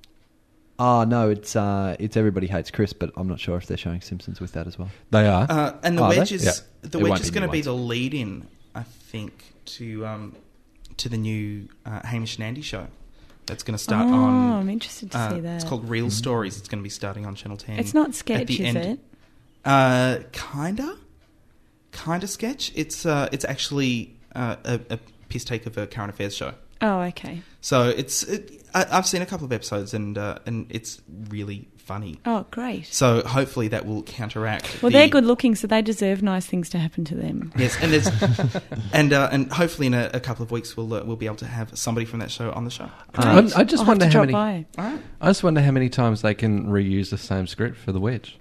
E: Oh no, it's uh, it's everybody hates Chris, but I'm not sure if they're showing Simpsons with that as well.
C: They are.
B: Uh, and the
E: Are they?
B: wedge is
C: Yeah.
B: the
E: Oh, It
B: wedge
E: won't
B: is
E: be
B: going to
E: new
B: be
E: ones.
B: the lead in, I think, to um, to the new uh, Hamish and Andy show. That's going to start
D: oh,
B: on.
D: I'm interested to
B: uh,
D: see that.
B: It's called
E: Mm-hmm.
B: Real Stories. It's going to be starting on Channel Ten.
D: It's not
B: at
D: sketch,
B: the
D: is
B: end-
D: it?
B: Uh, kinda, kinda sketch. It's uh, it's actually uh, a, a piss take of a current affairs show.
D: Oh, okay.
B: So it's it, I, I've seen a couple of episodes and uh, and it's really funny.
D: Oh, great.
B: So hopefully that will counteract.
D: Well,
B: the-
D: they're good looking, so they deserve nice things to happen to them.
B: (laughs) Yes, and there's,
C: (laughs)
B: and uh, and hopefully in a, a couple of weeks we'll uh, we'll be able to have somebody from that show on the
C: Uh,
B: show.
C: I- I just
D: I'll have to
C: wonder how
D: drop
C: many-
D: by.
B: All right.
C: I just wonder how many times they can reuse the same script for the wedge.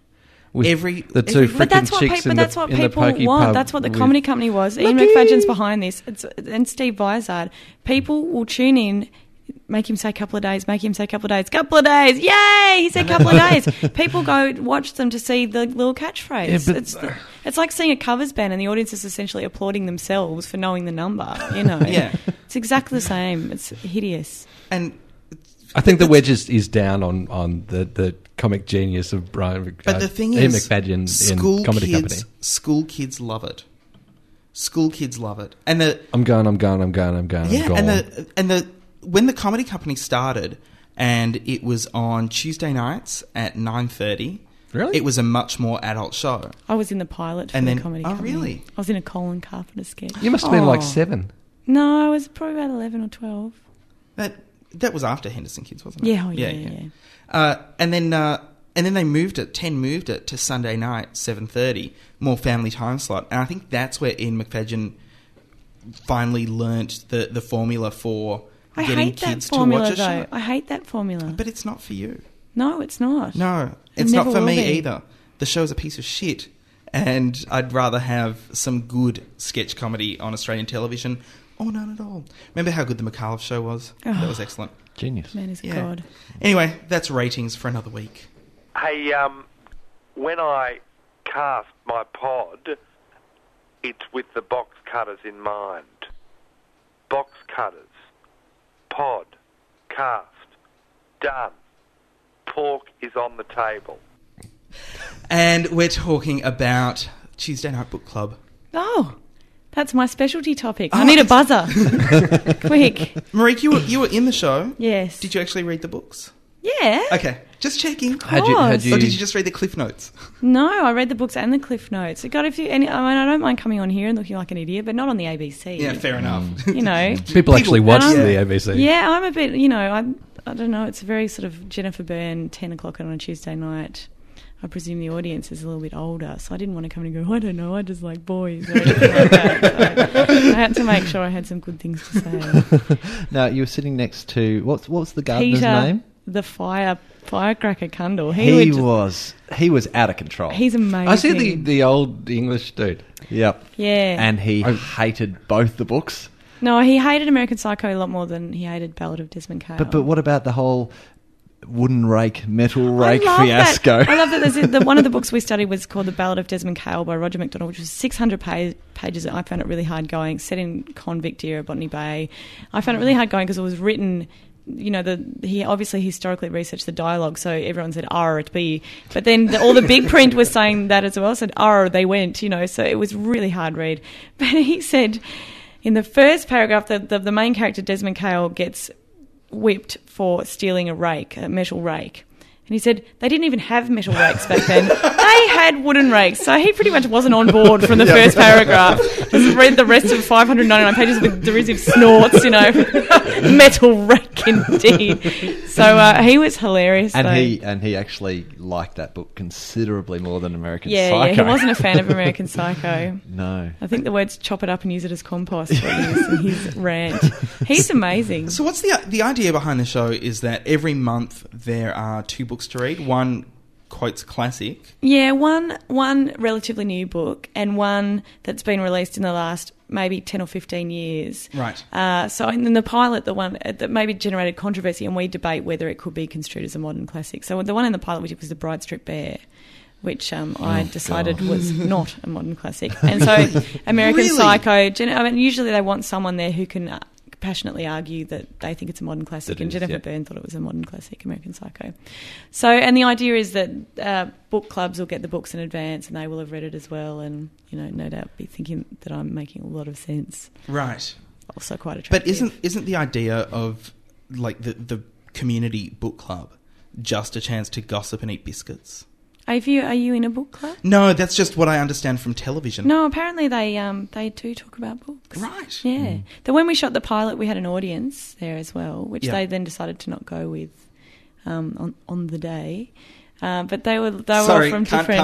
C: With
B: Every-
C: the two
B: every-
C: freaking
D: But that's what,
C: chicks
D: pe- but
C: in
D: that's
C: the,
D: what
C: in the
D: people
C: pokey
D: want.
C: pub
D: That's what the
C: with-
D: comedy company was. Ian McFadden's behind this, it's, and Steve Vizard. People will tune in, make him say couple of days, make him say couple of days, couple of days, yay! He said couple of
C: (laughs)
D: days. People go watch them to see the little catchphrase.
C: Yeah, but-
D: it's, the- it's like seeing a covers band, and the audience is essentially applauding themselves for knowing the number. You
C: (laughs)
D: know,
B: Yeah.
D: it's exactly the same. It's hideous.
B: And
C: I think the wedge is, is down on, on the, the comic genius of Brian Mc-
B: but
C: uh,
B: the thing
C: Ian
B: is,
C: McFadden in
B: school
C: Comedy
B: kids
C: Company.
B: school kids love it. School kids love it, and the
C: I'm gone, I'm gone, I'm gone, I'm gone, I'm
B: yeah,
C: gone.
B: and the and the when the comedy company started, and it was on Tuesday nights at nine thirty.
C: Really?
B: it was a much more adult show.
D: I was in the pilot for
B: And
D: the
B: then-
D: comedy
B: oh,
D: company.
B: really?
D: I was in a Colin Carpenter sketch.
C: you must have been
B: Aw. (laughs)
C: like seven.
D: No, I was probably about 11 or 12.
B: That that was after Henderson Kids, wasn't it?
D: Yeah, oh, yeah, yeah, yeah.
B: Uh, and then uh, and then they moved it. Ten moved it to Sunday night, seven thirty, more family time slot. And I think that's where Ian McFadden finally learnt the the formula for
D: I
B: getting
D: hate that
B: kids
D: formula,
B: to watch a
D: though.
B: show.
D: I hate that formula.
B: But it's not for you.
D: no, it's not.
B: No,
D: It
B: it's not
D: never
B: for
D: will
B: me
D: be.
B: either. The show's a piece of shit, and I'd rather have some good sketch comedy on Australian television or none at all. Remember how good the McAuliffe show was? That was excellent.
E: Genius.
D: Man is
B: Yeah.
D: God.
B: Anyway, that's ratings for another week.
H: Hey, um, when I cast my pod, it's with the box cutters in mind. Box cutters. Pod. Cast. Done. Pork is on the table.
B: And we're talking about Tuesday Night Book Club.
D: Oh, that's my specialty topic.
B: Oh,
D: I need a
B: that's-
D: buzzer.
B: (laughs)
D: Quick.
C: (laughs)
B: Marique, you were, you were in the show.
D: (laughs) Yes.
B: Did you actually read the books?
D: Yeah.
B: Okay, just checking.
D: Of
E: Had you- had
D: course. Oh,
E: you-
B: Or did you just read the cliff notes? (laughs)
D: No, I read the books and the cliff notes. It got a few. Any, I mean, I don't mind coming on here and looking like an idiot, but not on the ABC.
B: Yeah, fair enough.
D: (laughs) You know.
B: (laughs)
C: Mm. People actually watch
D: and
C: the
D: I'm-
C: ABC.
D: Yeah, I'm a bit. You know, I. I don't know. It's a very sort of Jennifer Byrne, ten o'clock on a Tuesday night. I presume the audience is a little bit older, so I didn't want to come in and go. I don't know. I just like boys. (laughs) Or anything like that. So I had to make sure I had some good things to
E: (laughs)
D: say.
E: (laughs) Now you were sitting next to what's what's the gardener's
D: Peter,
E: name?
D: the fire firecracker Cundall. He,
E: He,
D: would just-
E: was he was out of control.
D: He's amazing.
C: I see the, the old English dude.
E: yep.
D: yeah.
E: And he
C: I-
E: hated both the books.
D: No, he hated American Psycho a lot more than he hated Ballad of Desmond Cale.
E: But but what about the whole wooden rake, metal
D: I
E: rake
D: love
E: fiasco?
D: That. I love that. There's a, the, one of the books we studied was called The Ballad of Desmond Cale by Roger MacDonald, which was 600 pa- pages, and I found it really hard going. Set in convict era, Botany Bay. I found it really hard going because it was written. You know, the, he obviously historically researched the dialogue, so everyone said R it be, but then the, all the big print was saying that as well. Said R they went, you know, so it was really hard read. (laughs) But he said in the first paragraph that the, the main character Desmond Cale gets whipped for stealing a rake, a metal rake. And he said they didn't even have metal rakes back then. they had wooden rakes. So he pretty much wasn't on board from the first paragraph. Just read the rest of 599 pages with derisive snorts, you know. (laughs) metal rake indeed. So uh, he was hilarious.
E: (laughs) and
D: though.
E: he and he actually liked that book considerably more than American
D: Yeah,
E: Psycho.
D: yeah, he wasn't a fan of
E: (laughs)
D: American Psycho.
E: no.
D: I think the words chop it up and use it as compost were used in his rant. He's amazing.
B: So what's the the idea behind the show is that every month there are two books to read. One quotes classic.
D: Yeah, one one relatively new book and one that's been released in the last maybe ten or fifteen years.
B: Right.
D: Uh, so in the pilot, the one uh, that maybe generated controversy, and we debate whether it could be construed as a modern classic. So the one in the pilot we did was the Bright Strip Bear. Which
B: Oh,
D: um, I decided
B: (laughs)
D: was not a modern classic, and so American
B: Really?
D: Psycho. Gen- I mean, usually they want someone there who can uh, passionately argue that they think it's a modern classic,
C: That it
D: and
C: is,
D: Jennifer
C: yeah.
D: Byrne thought it was a modern classic, American Psycho. So, and the idea is that uh, book clubs will get the books in advance, and they will have read it as well, and you know, no doubt be thinking that I'm making a lot of sense.
B: Right.
D: Also, quite attractive.
B: But isn't isn't the idea of like the the community book club just a chance to gossip and eat biscuits?
D: are you are you in a book club?
B: No, that's just what I understand from television.
D: No, apparently they um they do talk about books.
B: Right. Hmm.
D: Yeah. Then when we shot the pilot, we had an audience there as well, which
B: Yeah.
D: they then decided to not go with um, on on the day. Uh, but they were they were
B: Sorry,
D: all from
B: can't
D: different.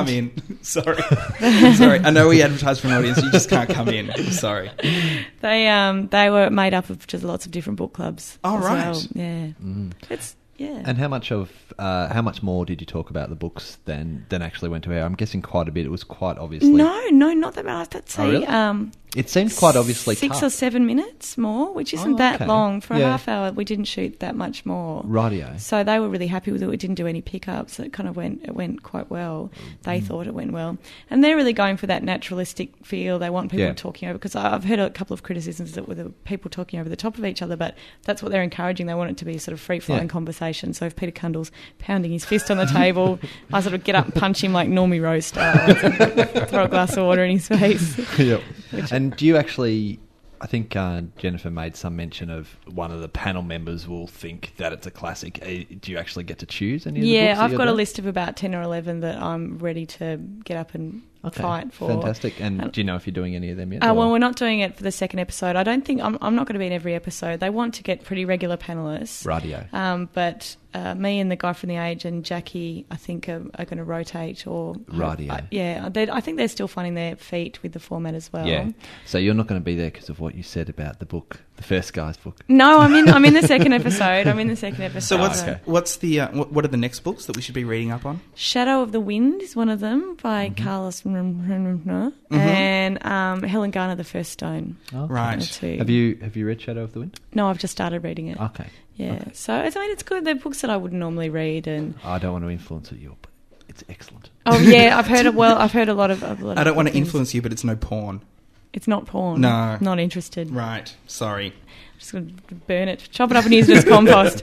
B: come in. (laughs)
D: (laughs)
B: Sorry, sorry. I know we advertise for an audience. You just can't come in. I'm sorry.
D: They um they were made up of just lots of different book clubs.
B: Oh,
D: as
B: right.
D: well. Yeah. It's yeah.
E: Mm. And how much of uh, how much more did you talk about the books than than actually went to air? I'm guessing quite a bit. It was quite obviously.
D: no, no, not that much. I'd say
E: Oh, really?
D: um,
E: It seemed quite obviously
D: six
E: cut.
D: or seven minutes more, which isn't
E: Oh,
D: that
E: okay.
D: long. For
E: Yeah.
D: a half hour, we didn't shoot that much more.
E: Rightio.
D: So they were really happy with it. We didn't do any pickups. It kind of went it went quite well. They
E: Mm.
D: thought it went well, and they're really going for that naturalistic feel. They want people
E: Yeah.
D: talking over because I've heard a couple of criticisms that were the people talking over the top of each other, but that's what they're encouraging. They want it to be sort of free flowing
E: Yeah.
D: conversation. So if Peter Cundall's pounding his fist on the table, I sort of get up and punch him like Normie Rose style, (laughs) throw a glass of water in his face.
E: yep. And do you actually? I think uh, Jennifer made some mention of one of the panel members will think that it's a classic. Uh, Do you actually get to choose any? Of the books
D: Yeah,
E: that
D: I've
E: you're
D: got a
E: doing?
D: list of about 10 or 11 that I'm ready to get up and fight for.
E: Fantastic. And
D: And-
E: do you know if you're doing any of them yet?
D: Uh,
E: or-
D: well, we're not doing it for the second episode. I don't think I'm, I'm not going to be in every episode. They want to get pretty regular panelists.
E: Rightio.
D: Um, but uh, me and the guy from the Age and Jackie, I think, are, are going to rotate or
E: Rightio.
D: I- yeah, they- I think they're still finding their feet with the format as well.
E: yeah. So you're not going to be there because of what you said about the book, the first
D: (laughs)
E: guy's book.
D: No, I'm in. I'm in the second episode. I'm in the
E: (laughs)
D: second episode.
B: So what's
E: okay.
B: what's the uh, what, what are the next books that we should be reading up on?
D: Shadow of the Wind is one of them by
B: Mm-hmm.
D: Carlos and um, Helen Garner, The First Stone.
B: Right.
D: Are two.
E: Have you have you read Shadow of the Wind?
D: No, I've just started reading it.
B: Ah,
E: Okay.
D: Yeah. So it's, I mean, it's good. They're books that I wouldn't normally read, and
E: I don't want to influence it, you, but it's excellent.
D: oh yeah, I've heard it. Well, I've heard a lot of. A
B: (laughs)
D: lot
B: I
D: of
B: don't want to
D: good things.
B: influence you, but it's no porn.
D: It's not porn.
B: No.
D: Not interested.
B: Right. Sorry.
D: just going to burn it, chop it up and use it as compost.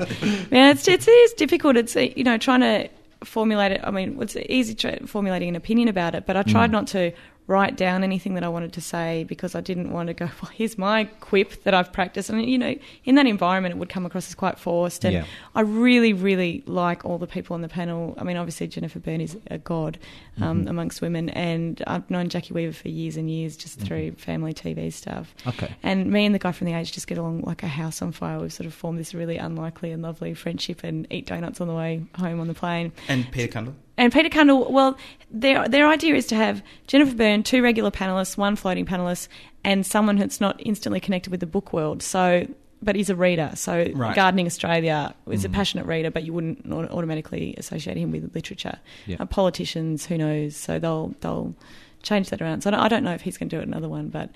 D: Man, it's, it's it is difficult. It's uh, you know trying to formulate it. I mean, it's easy tra- formulating an opinion about it, but I tried not to write down anything that I wanted to say because I didn't want to go, (laughs) well, here's my quip that I've practiced. And, you know, in that environment, it would come across as quite forced. And
C: Yeah.
D: I really, really like all the people on the panel. I mean, obviously, Jennifer Byrne is a god um, amongst women. And I've known Jackie Weaver for years and years just through family TV stuff.
C: Okay.
D: And me and the guy from the age just get along like a house on fire. We've sort of formed this really unlikely and lovely friendship and eat donuts on the way home on the plane.
B: And Peter Cundall.
D: And Peter Cundall, well, their their idea is to have Jennifer Byrne, two regular panelists, one floating panelist, and someone that's not instantly connected with the book world. So, but he's a reader. So,
B: Right.
D: Gardening Australia is a passionate reader, but you wouldn't au- automatically associate him with literature.
C: Yeah.
D: Uh, politicians, who knows? So they'll they'll change that around. So I don't, I don't know if he's going to do another one, but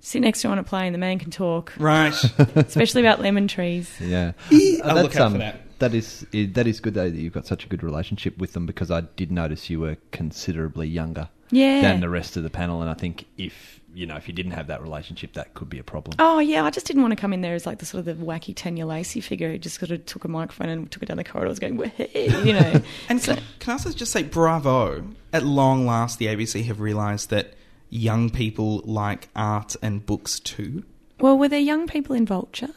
D: sit next to him on a plane, the man can talk, (laughs)
B: Right.
D: especially about lemon trees.
E: Yeah, Um,
B: I'll look out for that.
E: That is i- that is good though that you've got such a good relationship with them because I did notice you were considerably younger
D: Yeah.
E: than the rest of the panel, and I think if you know if you didn't have that relationship, that could be a problem.
D: Oh yeah, I just didn't want to come in there as like the sort of the wacky Tanya Lacey figure who just sort of took a microphone and took it down the corridors, going, "Hey," you know.
B: (laughs) And can, can I also just say, bravo! At long last, the ABC have realised that young people like art and books too.
D: (laughs) well, were there young people in Vulture?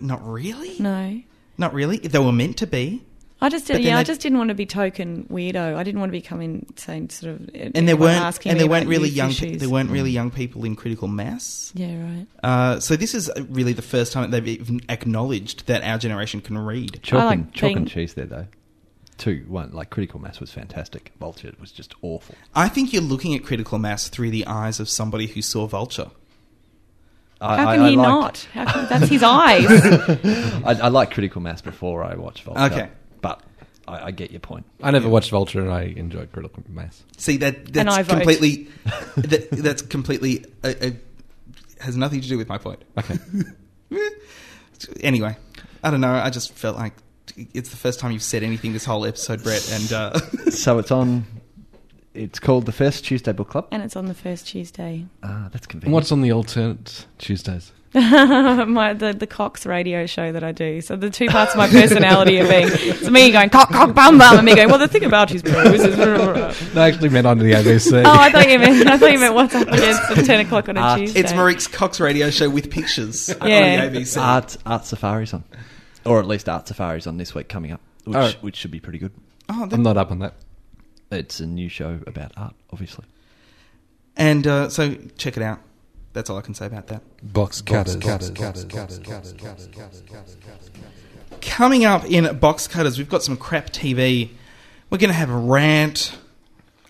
B: Not really.
D: No,
B: Not really. They were meant to be.
D: I just
B: But
D: did,
B: then
D: yeah, I
B: they-
D: just didn't want to be token weirdo. I didn't want to be coming saying sort of
B: And there
D: everyone
B: weren't.
D: asking
B: And
D: me
B: there weren't
D: about
B: really
D: youth
B: young. Pe-
D: issues.
B: there weren't
E: Mm.
B: really young people in critical mass.
D: Yeah, right.
B: Uh, so this is really the first time they've even acknowledged that our generation can read.
E: Chalk,
D: I like
E: and, chalk
D: being-
E: and cheese there though. Two one like critical mass was fantastic. Vulture was just awful.
B: I think you're looking at critical mass through the eyes of somebody who saw Vulture.
E: I,
D: How
E: I-
D: can
E: I
D: he
E: liked-
D: not? How can, that's
B: (laughs)
D: his eyes.
E: (laughs) I, I like critical mass before I watch Vulture.
B: Okay.
E: but I, I get your point.
C: I never watched Vulture and I enjoyed Critical Mass.
B: See that
D: And I
B: that's
D: vote. (laughs)
B: completely. that, that's completely. Uh, uh, has nothing to do with my point.
C: Okay.
B: (laughs) Anyway, I don't know. I just felt like it's the first time you've said anything this whole episode, Brett. And uh,
E: (laughs) So it's on. It's called the First Tuesday Book Club.
D: and it's on the first Tuesday. (laughs)
E: Ah, that's
C: and
E: convenient.
C: what's on the alternate Tuesdays?
D: my the, the Cox radio show that I do. So the two
B: (laughs)
D: parts of my personality are being it's me going cock cock bum bum and me going. Well, the thing about his bros Oh, (laughs) is.
C: No, I actually meant on the ABC.
D: Oh, I (laughs) thought you meant I thought you meant what's up against at ten o'clock on a
E: Ah,
D: Tuesday.
B: it's Marik's Cox radio show with pictures
D: Yeah.
B: on the ABC.
E: Art Art Safari's on, or at least Art Safari's on this week coming up, which
C: All right.
E: which should be pretty good.
B: Oh, that-
C: I'm not up on that.
E: It's a new show about art, obviously.
B: and uh, so check it out. That's all I can say about that.
I: Box cutters. cutters.
B: Coming up in Box Cutters, we've got some crap TV. We're going to have a rant.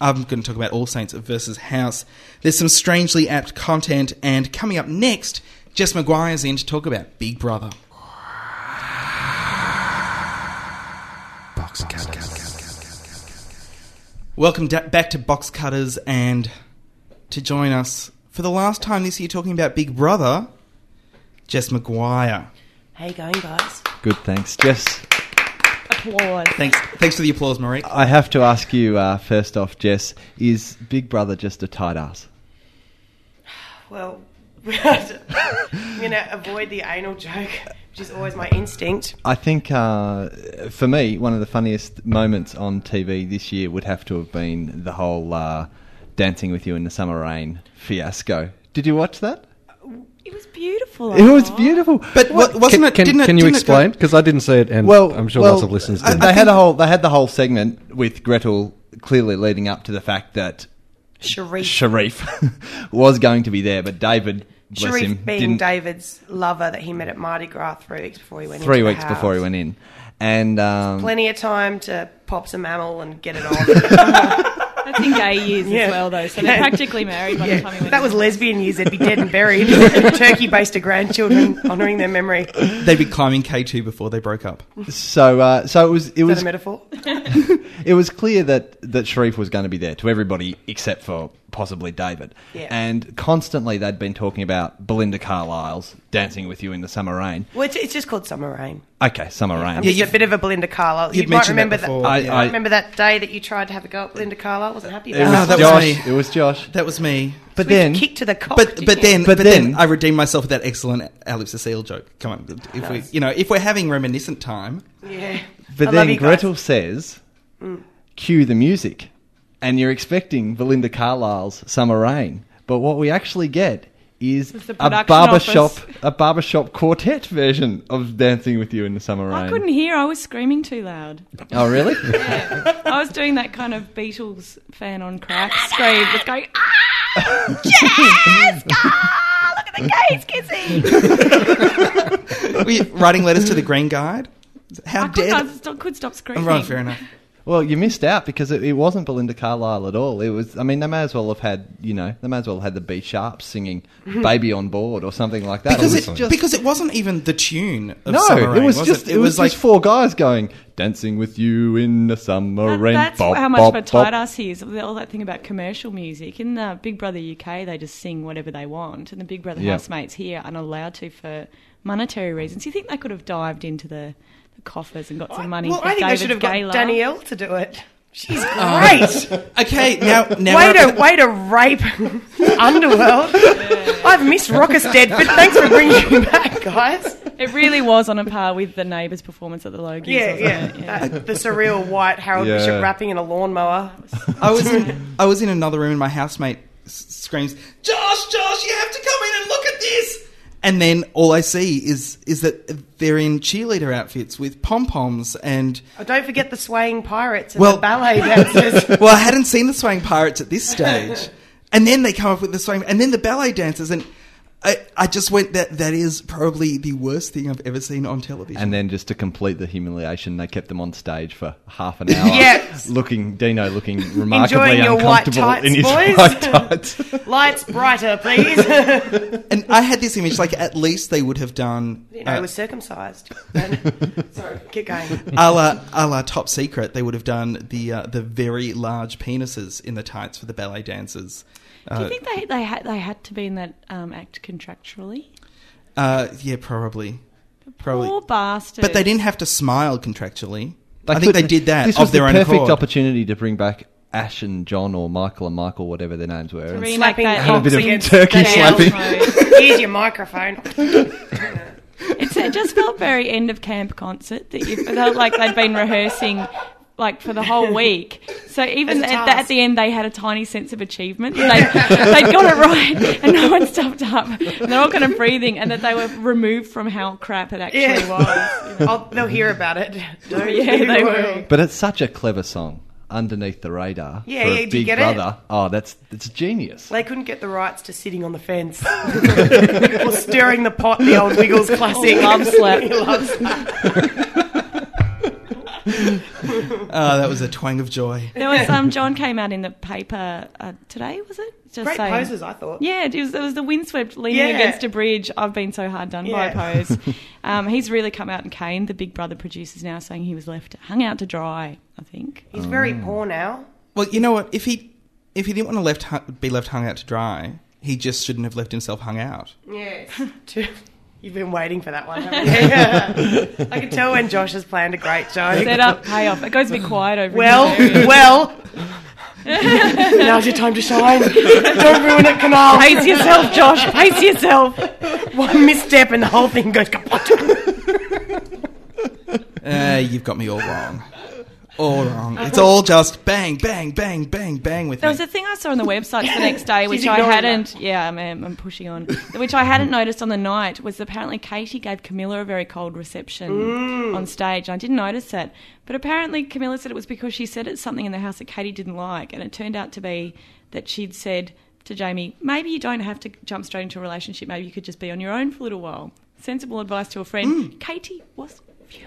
B: I'm going to talk about All Saints versus House. There's some strangely apt content. And coming up next, Jess Maguire's in to talk about Big Brother.
I: Box cutters.
B: Welcome da- back to Box Cutters and to join us for the last time this year talking about Big Brother, Jess Maguire.
A: How you going, guys?
E: Good, thanks, Jess.
D: applause.
B: Thanks, thanks for the applause, Marie.
E: I have to ask you uh, first off, Jess, is Big Brother just a tight ass?
A: Well, (laughs) I'm going to avoid the anal joke, which is always my instinct.
E: I think uh, for me, one of the funniest moments on TV this year would have to have been the whole uh, "Dancing with You in the Summer Rain" fiasco. Did you watch that?
D: It was beautiful.
E: It was
D: Aw.
E: beautiful.
B: But what, wasn't
C: can,
B: it?
C: can,
B: didn't it-
C: can you
B: didn't it go-
C: explain? Because I didn't see it, and
E: Well,
C: I'm sure
E: well,
C: lots of listeners
E: I-
C: did.
E: They had a whole. They had the whole segment with Gretel clearly leading up to the fact that
A: Sharif.
E: Sharif (laughs) was going to be there, but David, bless
A: Sharif
E: him,
A: being
E: didn't-
A: David's lover that he met at Mardi Gras three weeks before he went
E: three
A: into the
E: weeks
A: house.
E: before he went in, and um,
A: Plenty of time to pop some mammal and get it on. (laughs)
D: That's in gay years
A: Yeah.
D: as well, though. So they're
A: Yeah.
D: practically married by the time he
A: if
D: went.
A: that
D: in.
A: was lesbian years, they'd be dead and buried. (laughs) Turkey basted grandchildren, honouring their memory. Is
B: They'd be climbing K2 before they broke up.
E: so uh, so it was it
A: that a
E: was
A: metaphor?
E: it was clear that that Sharif was going to be there to everybody except for possibly David.
A: Yeah.
E: And constantly they'd been talking about Belinda Carlisle's "Dancing with You in the Summer Rain."
A: Well, it's, it's just called Summer Rain.
E: Okay, Summer Rain.
A: I'm
B: Yeah,
A: just
B: you've-
A: a bit of a Belinda Carlisle. You
B: you'd
A: might
B: mentioned that
A: remember that.
B: before.
E: I-
A: you
E: I-
A: might remember that day that you tried to have a go at Belinda Carlisle. Wasn't happy
E: It
A: about
B: Ah,
E: was
A: it.
B: that was
E: Josh.
B: me.
E: It was Josh.
B: That was me.
E: But
A: We
E: then
A: kicked to the cock.
B: But but
A: didn't
B: then
A: you?
B: but,
E: But
B: then,
E: then-
B: I redeemed myself with that excellent Alex Cecile joke. Come on, if we you know if we're having reminiscent time,
A: yeah.
E: But
A: I love
E: then
A: you guys.
E: Gretel says, "Cue the music," and you're expecting Belinda Carlisle's Summer Rain, but what we actually get is
D: It's the
E: a
D: production
E: barbershop
D: office. (laughs)
E: a barbershop quartet version of Dancing with You in the Summer Rain.
D: I couldn't hear. I was screaming too loud.
E: Oh,
D: (laughs)
E: really?
D: I was doing that kind of Beatles fan on crack scream, just going, ah, yes, ah, look at the gays kissing.
E: (laughs)
B: Were you writing letters to the Green Guide? How
D: I could,
B: dare.
D: I st- could stop screaming.
B: Right, fair enough.
E: Well, you missed out because it, it wasn't Belinda Carlisle at all. It was, I mean, they may as well have had, you know, they may as well have had the B Sharps singing "Baby on Board" or something like that.
B: Because
E: was
B: it, because it wasn't even the tune of
E: no,
B: Summer Rain,
E: it was
B: was
E: just
B: it? was, like
E: just four guys going dancing with you in the summer
D: That-
E: rain.
D: that's
E: Bop,
D: how much
E: bop,
D: of a
E: bop.
D: tight ass he is. All that thing about commercial music. In the Big Brother UK, they just sing whatever they want, and the Big Brother
E: Yeah.
D: housemates here aren't allowed to for monetary reasons. You think they could have dived into the, the coffers and got some money
A: well,
D: for Oh.
A: I think
D: David's
A: they should have
D: gala?
A: got Danielle to do it. She's
D: (laughs)
A: great.
B: okay now now
A: way
B: we're-
A: to way to rape Underworld. I've missed Rockestead, but thanks for bringing me back, guys.
D: It really was on a par with the neighbours' performance at the Logies.
A: Yeah,
D: wasn't
A: yeah.
D: it?
A: That- the surreal white Harold
E: Yeah.
A: Bishop rapping in a lawnmower.
B: I was in, I was in another room and my housemate s- screams, "Josh, Josh, you have to come in and look at this!" And then all I see is is that they're in cheerleader outfits with pom poms and
A: Oh, don't forget the swaying pirates and
B: Well-
A: the ballet dancers.
B: (laughs) well, I hadn't seen the swaying pirates at this stage, and then they come up with the swaying, and then the ballet dancers, and I, I just went that that is probably the worst thing I've ever seen on television.
E: And then, just to complete the humiliation, they kept them on stage for half an hour.
A: Yes.
E: looking Dino looking remarkably
A: Enjoying your white
E: uncomfortable
A: tights,
E: in his
A: boys.
E: white tights. (laughs)
A: Lights brighter, please.
B: and I had this image like at least they would have done
A: You know,
B: uh,
A: he was circumcised. And- Sorry, keep going.
B: a
D: (laughs)
B: la, a la Top Secret, they would have done the uh, the very large penises in the tights for the ballet dancers.
D: Do
B: Uh,
D: you think they they had they had to be in that um, act contractually?
B: uh, yeah, probably, probably.
D: Poor bastard.
B: But they didn't have to smile contractually. I think they
E: couldn't-
B: did that
E: This
B: of
E: was
B: their
E: the
B: own
E: perfect
B: accord.
E: opportunity to bring back Ash and John or Michael and Michael, whatever their names were. And
D: Reenact
A: Slapping
D: that
A: And a
E: bit of
D: against
E: turkey
D: the
E: slapping.
D: outro.
A: Here's your microphone.
D: It's, it just felt very end of camp concert that you felt like they'd been rehearsing like for the whole week. So even
A: As a
D: at, the,
A: task.
D: at the end, they had a tiny sense of achievement. They they got it right, and no one stuffed up. And they're all kind of breathing, and that they were removed from how crap it actually
A: Yeah.
D: was.
A: I'll, they'll hear about it. Don't
D: (laughs) Yeah,
A: you
D: they
A: worry.
D: will.
E: But it's such a clever song, underneath the radar.
A: Yeah,
E: for
A: yeah,
E: a
A: did
E: Big
A: you get it?
E: Brother. Oh, that's it's genius.
A: They couldn't get the rights to sitting on the fence (laughs) or stirring the pot. The old Wiggles classic.
D: Or love
A: (laughs)
D: slap.
A: Love slap.
B: Oh, that was a twang of joy.
D: There was um, John came out in the paper uh, today, was it? Just
A: Great
D: saying-
A: poses, I thought.
D: Yeah, it was, it was the windswept leaning
A: Yeah.
D: against a bridge. I've been so hard done by
A: Yeah. (laughs)
D: pose. Um, he's really come out and caned the Big Brother producers now, saying he was left hung out to dry. I think.
A: He's very poor now.
B: Well, you know what? If he if he didn't want to left hu- be left hung out to dry, he just shouldn't have left himself hung
D: (laughs)
B: out.
A: (laughs) Yes. You've been waiting for that one, haven't you?
D: (laughs)
A: (laughs) I can tell when Josh has planned a great
D: Set
A: joke.
D: up, pay off. It goes a bit quiet over. in
A: Well,
D: this area. (laughs)
A: well. Now's your time to shine. Don't ruin it, Canal.
D: pace yourself, Josh. Pace yourself.
A: One misstep and the whole thing goes kaput.
D: (laughs)
B: Uh, you've got me all wrong. All wrong. It's all just bang, bang, bang, bang, bang with
D: There was
B: me.
D: a thing I saw on the website the next day, which I
A: ignoring
D: hadn't. Yeah, I'm, I'm I'm pushing on. (laughs) Which I hadn't noticed on the night was apparently Katie gave Camilla a very cold reception on stage. I didn't notice that, but apparently Camilla said it was because she said it's something in the house that Katie didn't like, and it turned out to be that she'd said to Jamie, "Maybe you don't have to jump straight into a relationship. Maybe you could just be on your own for a little while." Sensible advice to a friend. Katie was furious.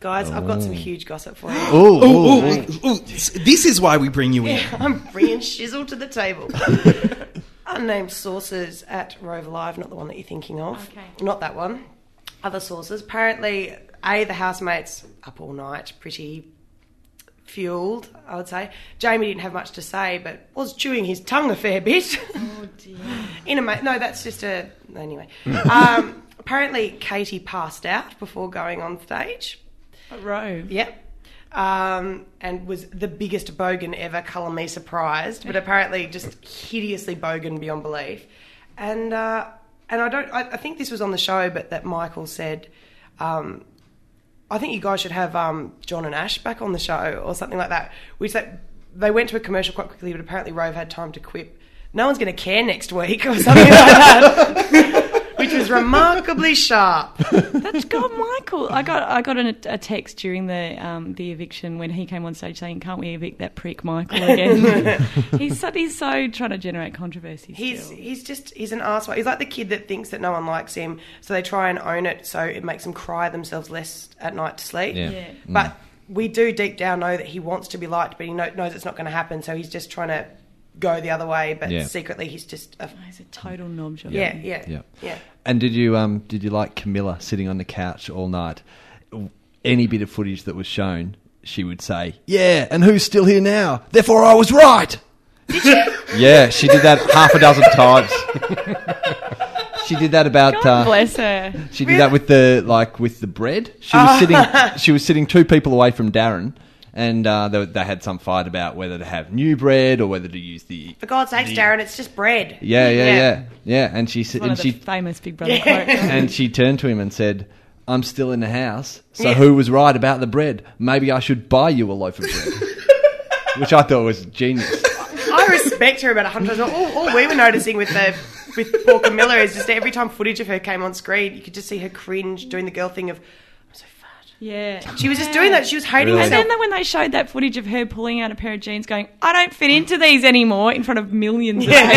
A: Guys, I've got some huge gossip for you.
E: Ooh, ooh,
B: Ooh, ooh, ooh, this is why we bring you in.
A: (laughs) I'm bringing shizzle to the table. Unnamed sources at Rove Live, not the one that you're thinking of.
D: Okay.
A: Not that one. Other sources. Apparently, A, the housemates up all night, pretty fueled, I would say. Jamie didn't have much to say, but was chewing his tongue a fair bit.
D: Oh dear.
A: (laughs) In a ma- no, that's just a anyway. um, apparently, Katie passed out before going on stage.
D: Rove.
A: Yep. Um, and was the biggest bogan ever. Colour me surprised, but apparently just hideously bogan beyond belief. And uh, and I don't. I, I think this was on the show, but that Michael said. Um, I think you guys should have um, John and Ash back on the show or something like that. Which that they went to a commercial quite quickly, but apparently Rove had time to quip. No one's going to care next week (laughs) or something like that, (laughs) which was remarkably sharp.
D: That's God, Michael. I got I got an, a text during the um, the eviction when he came on stage saying, "Can't we evict that prick, Michael?" Again. he's so, he's so trying to generate controversy.
A: He's
D: still.
A: he's just he's an asshole. He's like the kid that thinks that no one likes him, so they try and own it, so it makes them cry themselves less at night to sleep.
E: Yeah. Mm.
D: Yeah.
A: But we do deep down know that he wants to be liked, but he kno- knows it's not going to happen, so he's just trying to go the other way. But
E: Yeah.
A: secretly, he's just a,
D: he's a total knob job.
A: yeah, yeah,
E: Yeah.
A: yeah,
E: And did you um did you like Camilla sitting on the couch all night? Any bit of footage that was shown, she would say, "Yeah, and who's still here now? Therefore, I was right." (laughs) yeah, she did that half a dozen times. (laughs) she did that about.
D: God
E: uh,
D: bless her.
E: She did that with the like with the bread. She
D: Ah. (laughs)
E: was sitting. She was sitting two people away from Darren, and uh, they, they had some fight about whether to have new bread or whether to use the.
A: For God's sakes, Darren, it's just bread.
E: Yeah, yeah, yeah, yeah. And she said,
D: One
E: and
D: of the
E: she
D: famous Big Brother
A: (laughs)
D: quotes.
E: (laughs) and she turned to him and said, "I'm still in the house. So
A: Yeah.
E: who was right about the bread? Maybe I should buy you a loaf of
D: (laughs)
E: bread." Which I thought was genius.
A: I respect her about a hundred. times. All, all we were noticing with the with poor Camilla is just every time footage of her came on screen, you could just see her cringe doing the girl thing of. I'm so fat.
D: Yeah.
A: She was just doing that. She was hating
E: Really?
D: And
A: herself.
D: then when they showed that footage of her pulling out a pair of jeans, going, "I don't fit into these anymore," in front of millions
A: Yeah.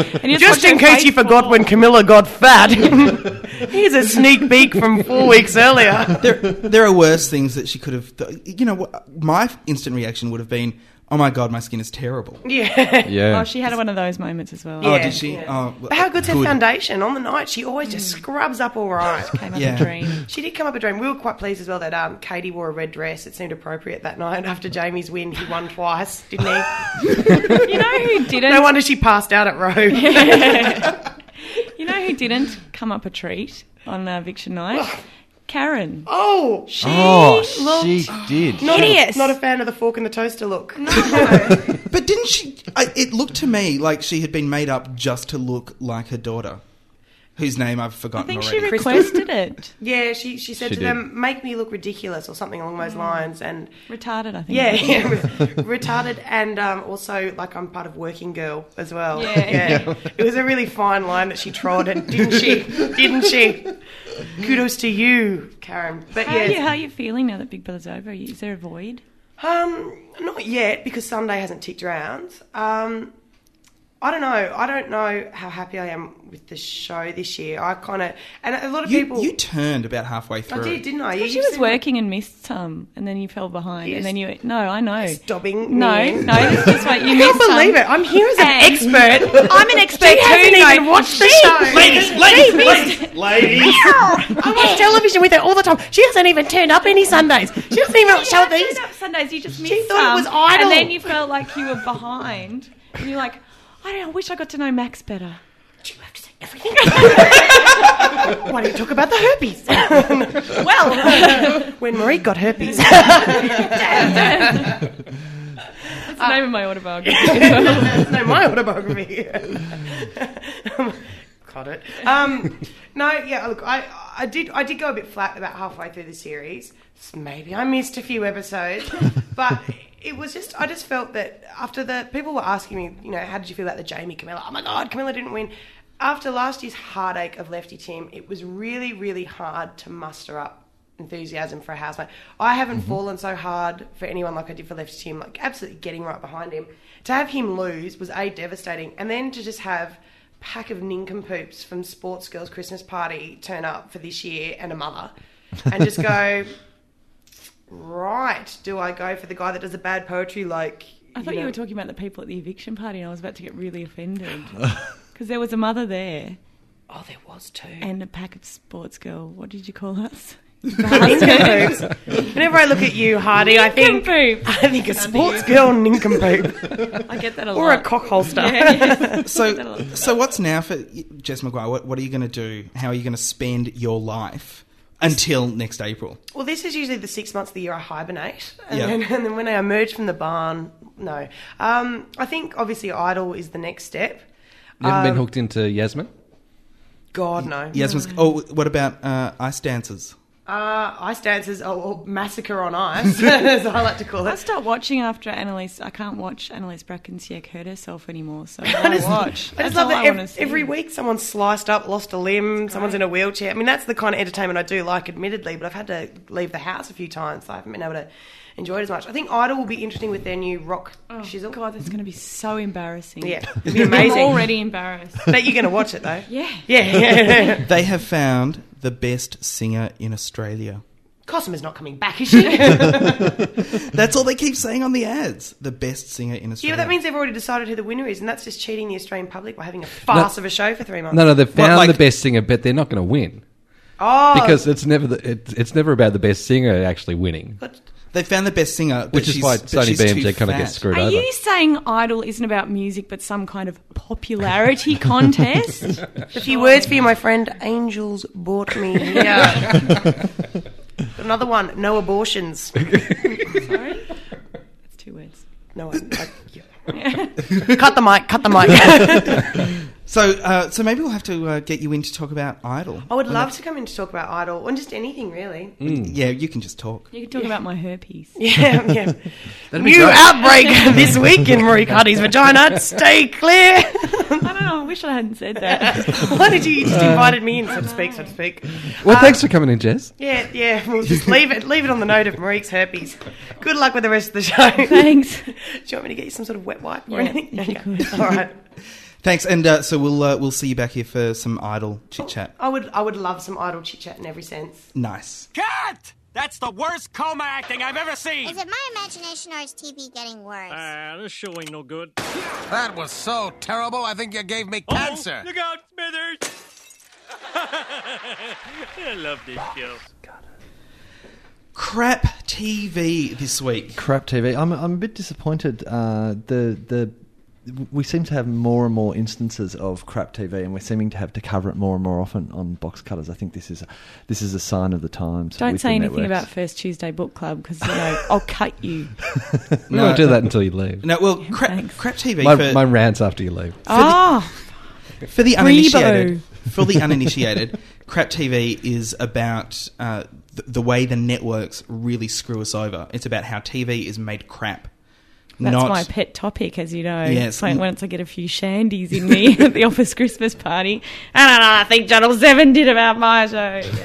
D: of people, and you
A: Just
D: watch
A: in
D: her
A: case you
D: face
A: forgot
D: fall.
A: when Camilla
D: (laughs)
A: got fat, here's a sneak peek from four weeks earlier.
B: there, there are worse things that she could have. You know, what- my instant reaction would have been, "Oh my god, my skin is terrible."
A: (laughs) Yeah.
C: Yeah.
D: Oh, she had one of those moments as well.
B: Oh,
A: Yeah.
B: did she?
A: Yeah.
B: Oh, well,
A: But how good's her
B: good.
A: foundation? On the night, she always just scrubs up all right.
D: Came up
B: Yeah.
D: a dream.
A: She did come up a dream. We were quite pleased as well that um, Katie wore a red dress. It seemed appropriate that night after Jamie's win. He won twice, didn't he?
D: You know who (laughs) didn't?
A: No wonder she passed out at Rome.
D: You know who didn't come up a treat on uh, eviction night? Karen.
A: (laughs) Oh,
D: She
E: Oh,
D: looked
E: she did.
A: not
D: hideous.
A: A, not a fan of the fork and the toaster look.
B: But didn't she? I, it looked to me like she had been made up just to look like her daughter, whose name I've
D: I
B: forgotten
D: think she
B: already.
D: requested it.
A: (laughs) Yeah, she she said
C: She
A: to
C: did.
A: them, "Make me look ridiculous" or something along
D: Mm.
A: those lines, and
D: Retarded, I think. (laughs)
A: Yeah, yeah, retarded, and um, also like I'm part of Working Girl as well.
D: Yeah.
A: it was a really fine line that she trod, and didn't
D: (laughs)
A: she? Didn't she? Kudos to you, Karen. But
D: How, are you,
A: yeah,
D: how are you feeling now that Big Brother's over? Are you- Is there a void?
A: um, not yet because Sunday hasn't ticked round. Um, I don't know. I don't know how happy I am with the show this year. I kind of and a lot of
B: You,
A: people.
B: you turned about halfway through.
A: I did, didn't I? You
D: She was working and missed some, and then you fell behind,
A: Yes.
D: and then you. No, I know.
A: Stopping.
D: No,
A: me.
D: no, that's just what you
A: (laughs) I
D: missed.
A: can't believe
D: some.
A: it. I'm here as an
D: And- (laughs)
A: expert. (laughs)
D: I'm an expert
A: She
D: too.
A: hasn't
D: though.
A: even watched the
D: She
A: show.
D: missed-
A: Ladies,
D: she missed-
A: I
D: (laughs)
A: watch television with her all the time. She hasn't even turned up any Sundays. She doesn't even
D: You
A: show
D: don't
A: these.
D: turn up Sundays. You just missed
A: thought
D: some,
A: it was Idol.
D: and then you felt like you were behind. And you're like, I don't know. I wish I got to know Max better.
A: Why don't you talk about the herpes? (laughs) (laughs) well, when Marie got (laughs) herpes.
D: That's the
A: Uh,
D: name of my autobiography.
A: (laughs) no, my autobiography. (laughs) Got it. Um, no, yeah. Look, I, I did, I did go a bit flat about halfway through the series. S- Maybe I missed a few (laughs) episodes, but it was just, I just felt that after the people were asking me, you know, how did you feel about the Jamie Camilla? Oh my God, Camilla didn't win. After last year's heartache of Lefty Tim, it was really, really hard to muster up enthusiasm for a housemate. I haven't fallen so hard for anyone like I did for Lefty Tim, like absolutely getting right behind him. To have him lose was A, devastating, and then to just have pack of nincompoops from Sports Girls Christmas Party turn up for this year and a mother and just go, right, do I go for the guy that does the bad poetry like.
D: I thought you,
A: know-
D: were talking about the people at the eviction party, and I was about to get really offended (laughs) because there was a mother there
A: Oh, there was two.
D: and a pack of sports girl. What did you call
A: (laughs)
D: us? (laughs)
A: Nincompoops. Whenever I look at you, Hardy, I think
D: Nincompoop.
A: I think a sports girl nincompoop
D: I get that a lot.
A: or a (laughs) cock holster.
B: (laughs) So, so what's now for Jess McGuire? What, what are you going to do? How are you going to spend your life until next April?
A: Well, this is usually the six months of the year I hibernate, and,
B: Yeah.
A: then, (laughs) and then when I emerge from the barn, no. Um, I think obviously idle is the next step.
C: You haven't been
A: Um,
C: hooked into Yasmin?
A: God no.
B: Yasmin's. Oh, what about uh, ice dancers?
A: Uh, ice dances or, or massacre on ice, (laughs) as I like to call
D: I
A: it.
D: stopped watching after Annalise. I can't watch Annalise Brackensieck hurt herself anymore,
A: (laughs)
D: so I don't watch.
A: I just
D: That's
A: love
D: all
A: that
D: I want to
A: every,
D: see.
A: every week someone's sliced up, lost a limb, someone's in a wheelchair. I mean, that's the kind of entertainment I do like, admittedly, but I've had to leave the house a few times, so I haven't been able to enjoy it as much. I think Idol will be interesting with their new rock
D: Oh,
A: shizzle.
D: God, that's going to be so embarrassing.
A: Yeah, it'd be
D: (laughs)
A: amazing.
D: I'm already
A: (laughs)
D: embarrassed.
A: But you're going to watch it, though.
D: (laughs) Yeah.
A: Yeah.
B: They have found the best singer in Australia.
A: Cosima's not coming
D: (laughs)
A: back, is she? yeah,
B: That's all they keep saying on the ads. The best singer in Australia.
A: but that means they've already decided who the winner is, and that's just cheating the Australian public by having a farce of a show for three months.
C: No, no, they've found
B: like-
C: the best singer, but they're not going to win
A: Oh,
C: because it's never the, it, it's never about the best singer actually
A: (laughs)
C: winning,
A: but-
B: they found the best singer, but
C: which is
B: she's-
C: why
B: but
C: Sony
B: she's too
C: BMG kind of
B: fat.
C: gets screwed
D: Are
C: over.
D: you saying Idol isn't about music but some kind of
A: (laughs)
D: popularity contest?
A: a few words for you, my friend. Angels brought me here. Another one. No abortions.
D: (laughs) Sorry? That's two words. (laughs)
A: No, I, I, yeah. cut the mic. Cut the mic.
B: So, uh, so maybe we'll have to uh, get you in to talk about Idol.
A: I would love to come in to talk about Idol and just anything really.
B: Yeah, you can just talk.
D: You could talk about my herpes.
A: (laughs) Yeah, yeah.
C: be
A: New
C: great.
D: (laughs)
A: outbreak this week in Marie Cuddy's vagina. Stay clear.
D: I don't know. I wish I hadn't said
A: (laughs)
D: that.
A: Why did you, you just invited me in, so to speak, so to speak?
C: Uh, Well, thanks for coming in, Jess.
A: Yeah, yeah. We'll just leave it. Leave it on the note of Marie's herpes. Good luck with the rest of the show.
D: Thanks.
A: Do you want me to get you some sort of wet wipe or (laughs)
D: Yeah,
A: anything?
D: if you
A: Okay.
D: could.
A: All right.
B: Thanks, and uh, so we'll uh, we'll see you back here for some Idol chit chat.
A: I would. I would love some idle chit chat in every sense.
B: Nice.
J: Cut! That's the worst coma acting I've ever seen.
K: Is it my imagination or is TV getting worse?
J: Ah, this show ain't no good.
I: That was so terrible, I think you gave me
J: Oh, look out, Smithers! I love this show.
B: Crap TV this week.
E: crap TV. I'm I'm a bit disappointed. Uh, the the we seem to have more and more instances of crap TV, and we're seeming to have to cover it more and more often on box cutters. I think this is this is a sign of the times.
D: Don't
E: with
D: say
E: the
D: anything
E: networks.
D: about First Tuesday Book Club because, you know, I'll cut
E: (laughs)
D: you.
C: We won't do that until you leave.
B: No, well, crap,
D: Thanks.
B: crap TV
C: My,
B: for,
C: my rants after you leave.
D: Ah,
B: for the uninitiated. For the uninitiated, (laughs) crap TV is about uh, th- the way the networks really screw us over. It's about how TV is made crap.
D: that's
B: not
D: my pet topic, as you know.
B: Yes.
D: It's like once I get a few shandies in me (laughs) at the office Christmas party, I don't know. I think Channel 7 did about my show. Yeah.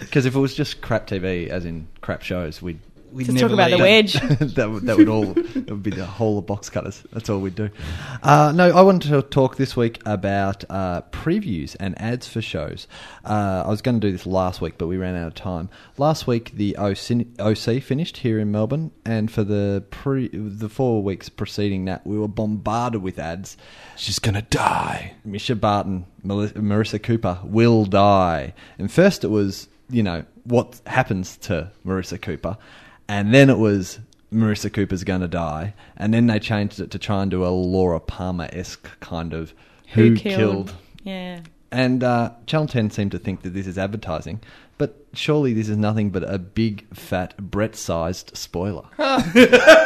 E: Because if it was just crap TV, as in crap shows, we'd.
B: we'd
D: Just
B: never
D: talk about the
B: leave.
D: wedge.
E: (laughs) that would that would all that would be the whole of box cutters. That's all we'd do. Uh, no, I wanted to talk this week about uh, previews and ads for shows. Uh, I was going to do this last week, but we ran out of time. Last week, the OC, OC finished here in Melbourne, and for the pre the four weeks preceding that, we were bombarded with ads.
I: She's gonna die.
E: Misha Barton, Mel- Marissa Cooper will die. And first it was, you know, what happens to Marissa Cooper. And then it was Marissa Cooper's going to die. And then they changed it to try and do a Laura Palmer esque kind of who, killed.
D: Yeah.
E: And uh, Channel 10 seemed to think that this is advertising. But surely this is nothing but a big, fat, Brett sized spoiler.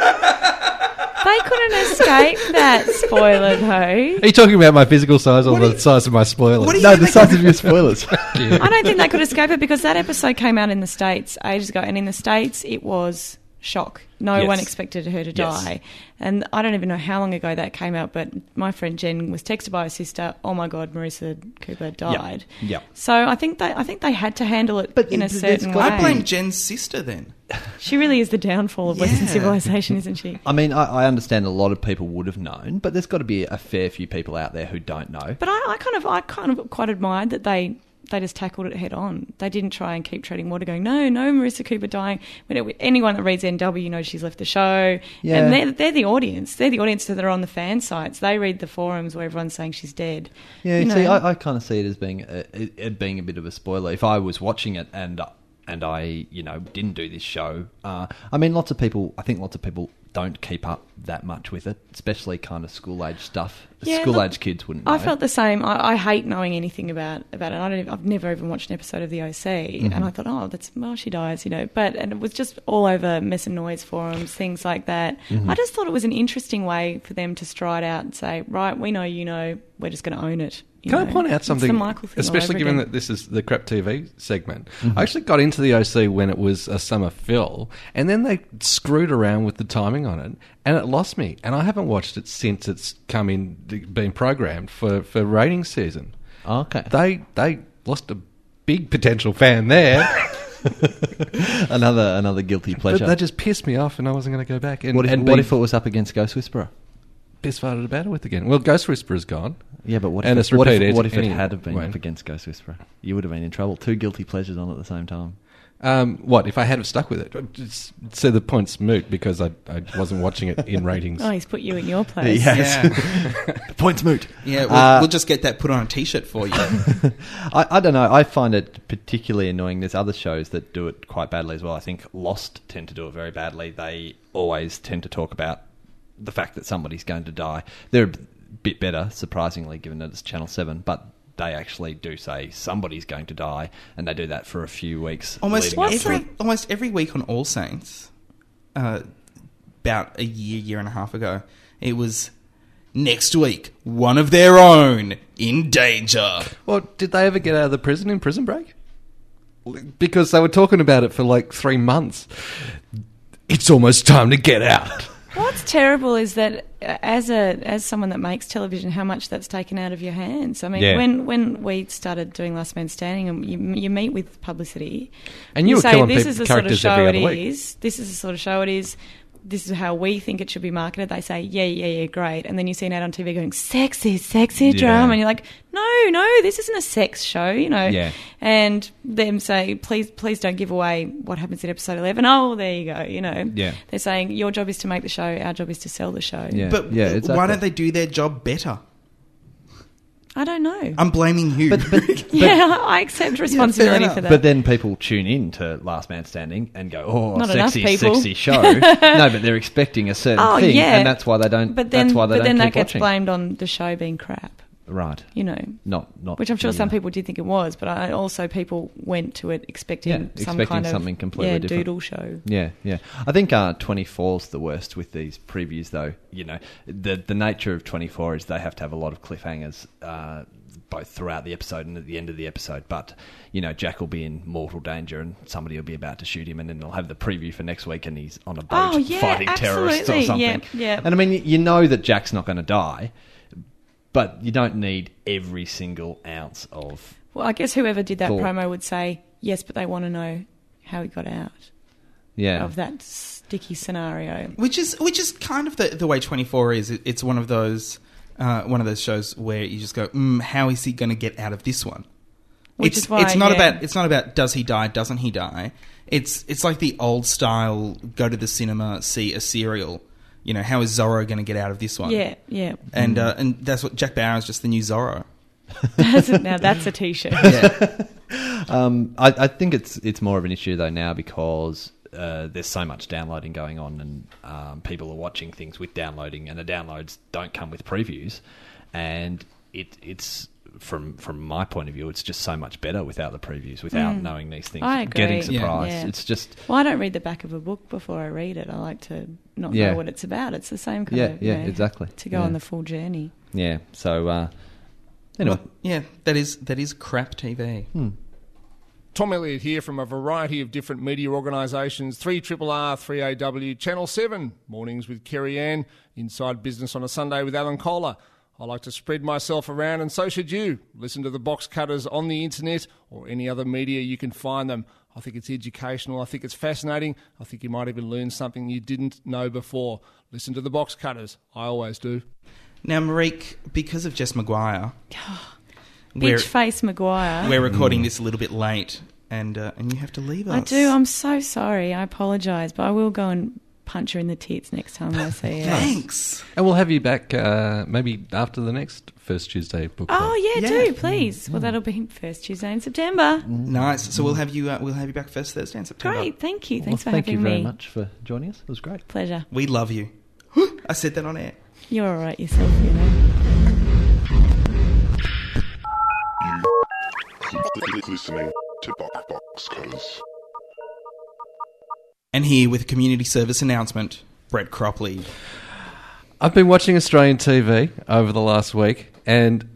D: They couldn't escape that spoiler, though.
C: Are you talking about my physical size or the size of my spoiler?
B: What do you
E: no,
B: think
E: the
B: they-
E: size of your
C: (laughs)
E: spoilers.
D: I don't think they could escape it because that episode came out in the States ages ago, and in the States it was shock. No
E: Yes.
D: one expected her to
E: Yes.
D: die. And I don't even know how long ago that came out, but my friend Jen was texted by her sister, Oh my god, Marissa Cooper died.
E: Yep.
D: So I think they I think they had to handle it
E: But
D: in a
E: there's
D: certain way.
E: got-
B: I blame Jen's sister
E: (laughs)
B: then.
D: she really is the downfall of Western
B: Yeah.
D: civilization, isn't she?
E: I mean, I, I understand a lot of people would have known, but there's got to be a fair few people out there who don't know.
D: But I, I kind of I kind of quite admired that they they just tackled it head on. They didn't try and keep treading water, going no, no, Marissa Cooper dying. When it, anyone that reads NW knows she's left the show,
E: Yeah.
D: and they're, they're the audience. They're the audience that are on the fan sites. They read the forums where everyone's saying she's dead.
E: Yeah, you
D: know.
E: see, I, I kind of see it as being a, it, it being a bit of a spoiler. If I was watching it and and I you know didn't do this show, uh, I mean, lots of people, I think lots of people don't keep up that much with it, especially kind of school age stuff.
D: Yeah,
E: school
D: look,
E: age kids wouldn't. Know.
D: I felt the same. I, I hate knowing anything about about it. I don't. Even, I've never even watched an episode of The OC,
E: Mhm.
C: Mm-hmm.
D: and I thought, oh, that's well, she dies, you know. But and it was just all over mess and noise forums, things like that.
C: Mm-hmm.
E: Mhm.
D: I just thought it was an interesting way for them to stride out and say, right, we know you know, we're just going to own it. you
C: Can I
D: know.
C: point out
D: It's the
C: something?
D: Michael thing all
C: especially
D: over
C: given
D: again.
C: that this is the crap TV segment.
E: Mhm.
C: I actually got into the OC when it was a summer fill, and then they screwed around with the timing on it, and it lost me. And I haven't watched it since it's come in, been programmed for for rating season.
E: Oh, Okay,
C: they they lost a big potential
E: (laughs)
C: fan there.
E: another another guilty pleasure.
C: But that just pissed me off, and I wasn't going to go back. And,
E: what if,
C: and
E: what
C: be
E: if it was up against Ghost Whisperer?
C: piss farted about it with again? Well, Ghost Whisperer's gone.
E: Yeah, but what
C: and
E: if,
C: it's
E: it, what if-
C: repeated
E: what if it
C: anyway.
E: had have been up against Ghost Whisperer? You would have been in trouble. Two guilty pleasures on at the same time.
C: Um, what if I had have stuck with it? Just- So the point's moot because I, I wasn't watching it in ratings.
D: Oh, he's put you in
C: (laughs)
D: your place.
E: The point's moot.
B: Yeah, we'll,
E: Uh,
B: we'll just get that put on a T-shirt for
E: (laughs)
B: you.
E: I, I don't know. I find it particularly annoying. There's other shows that do it quite badly as well. I think Lost tend to do it very badly. They always tend to talk about the fact that somebody's going to die. They're a b- bit better, surprisingly, given that it's Channel 7, but they actually do say somebody's going to die, and they do that for a few weeks.
B: almost
E: leading up to
B: every
E: it.
B: almost every week on All Saints, uh, about a year, year and a half ago, it was next week. One of their own in danger.
C: Well, did they ever get out of the prison in Prison Break? Because they were talking about it for like three months. It's almost time to get (laughs) out.
D: What's terrible is that uh, as a as someone that makes television, how much that's taken out of your hands. I mean,
C: Yeah.
D: when when we started doing Last Man Standing, and you, you meet with publicity,
C: And you were
D: say
C: killing
D: this
C: peop-
D: is the sort of
C: characters
D: show
C: every
D: it is.
C: other week."
D: This is the sort of show it is. This is how we think it should be marketed. They say, yeah, yeah, yeah, great. And then you see an ad on TV going, sexy, sexy
L: Yeah.
D: drama. And you're like, no, no, this isn't a sex show, you know.
L: Yeah.
D: And them say, please, please don't give away what happens in episode 11. Oh, there you go, you know.
E: Yeah.
D: They're saying your job is to make the show, our job is to sell the show.
B: but why don't they do their job better?
D: I don't know.
E: Uh,
D: (laughs)
B: I'm blaming you.
D: yeah, I accept responsibility for that.
E: But then people tune in to Last Man Standing and go, "Oh,
D: Not enough
E: sexy,
D: people." (laughs)
E: sexy show." no, but they're expecting a certain
D: Oh,
E: thing,
D: yeah.
E: and that's why they don't.
D: But then,
E: that's why they
D: but then
E: don't
D: that
E: keep
D: gets
E: watching.
D: blamed on the show being crap.
E: Right.
D: You know.
E: Not not
D: Which I'm sure
E: yeah.
D: some people did think it was, but I also people went to it expecting
E: Yeah,
D: some
E: expecting
D: kind of
E: something completely
D: yeah,
E: different.
D: doodle show.
E: Yeah, yeah. I think uh, 24's the worst with these previews, though. You know, the the nature of 24 is they have to have a lot of cliffhangers, uh, both throughout the episode and at the end of the episode. But you know, Jack will be in mortal danger, and somebody will be about to shoot him, and then they'll have the preview for next week, and he's on a boat
D: Oh, yeah,
E: fighting terrorists or
D: absolutely.
E: something.
D: Yeah, yeah.
E: And I mean, y- you know that Jack's not going to die, but you don't need every single ounce of.
D: Well, I guess whoever did that
E: Thought.
D: promo would say yes, but they want to know how he got out
E: Yeah.
D: of that sticky scenario.
B: (laughs) which is which is kind of the the way 24 is It- it's one of those uh, one of those shows where you just go mm, how is he going to get out of this one
D: Which
B: it's
D: is why,
B: it's not
D: yeah.
B: about it's not about does he die doesn't he die it's it's like the old style go to the cinema see a serial you know how is Zorro going to get out of this one
D: Yeah, Hmm. yeah. (laughs)
B: and uh, and that's what Jack Bauer is just the new Zorro
D: That's a- now that's a
E: (laughs)
D: t-shirt.
E: um, I, I think it's it's more of an issue though now because uh, there's so much downloading going on, and um, people are watching things with downloading, and the downloads don't come with previews, and it it's. From from my point of view, it's just so much better without the previews, without
D: Mm.
E: knowing these things,
D: I agree.
E: getting surprised.
D: Yeah.
E: It's just
D: Well, I don't read the back of a book before I read it. I like to not
E: Yeah.
D: know what it's about. It's the same kind
E: Yeah,
D: of
E: yeah,
D: you know,
E: exactly.
D: to go
E: Yeah.
D: on the full journey.
E: yeah. So uh, anyway,
B: Well, yeah that is that is crap TV
D: Hmm.
M: Tom Elliott here from a variety of different media organisations 3RR, 3AW, Channel 7, Mornings with Kerry Ann, Inside Business on a Sunday with Alan Kohler. I like to spread myself around, and so should you. Listen to the box cutters on the internet or any other media you can find them. I think it's educational. I think it's fascinating. I think you might even learn something you didn't know before. Listen to the box cutters. I always do.
B: now Marique because of Jess Maguire
D: Bitch face Maguire.
B: we're
C: Mm.
B: recording this a little bit late and uh, and you have to leave us
D: I do. I'm so sorry. I apologise, but I will go and punch her in the tits next time I see her.
B: Thanks.
C: And we'll have you back uh, maybe after the next First Tuesday book.
D: Oh yeah,
B: Yeah.
D: do please. Well, that'll be first Tuesday in September.
E: Mm.
B: Nice. So we'll have you. Uh, we'll have you back first Thursday in September.
D: Great, thank you. Thanks
E: well,
D: for
E: thank
D: having
E: you very
D: me.
E: much for joining us. It was great.
D: Pleasure.
B: We love you. (gasps) I said that on air.
D: You're all right yourself, you know.
F: Listening to Box Cutters.
B: And here with a community service announcement, Brett Cropley.
C: I've been watching Australian TV over the last week, and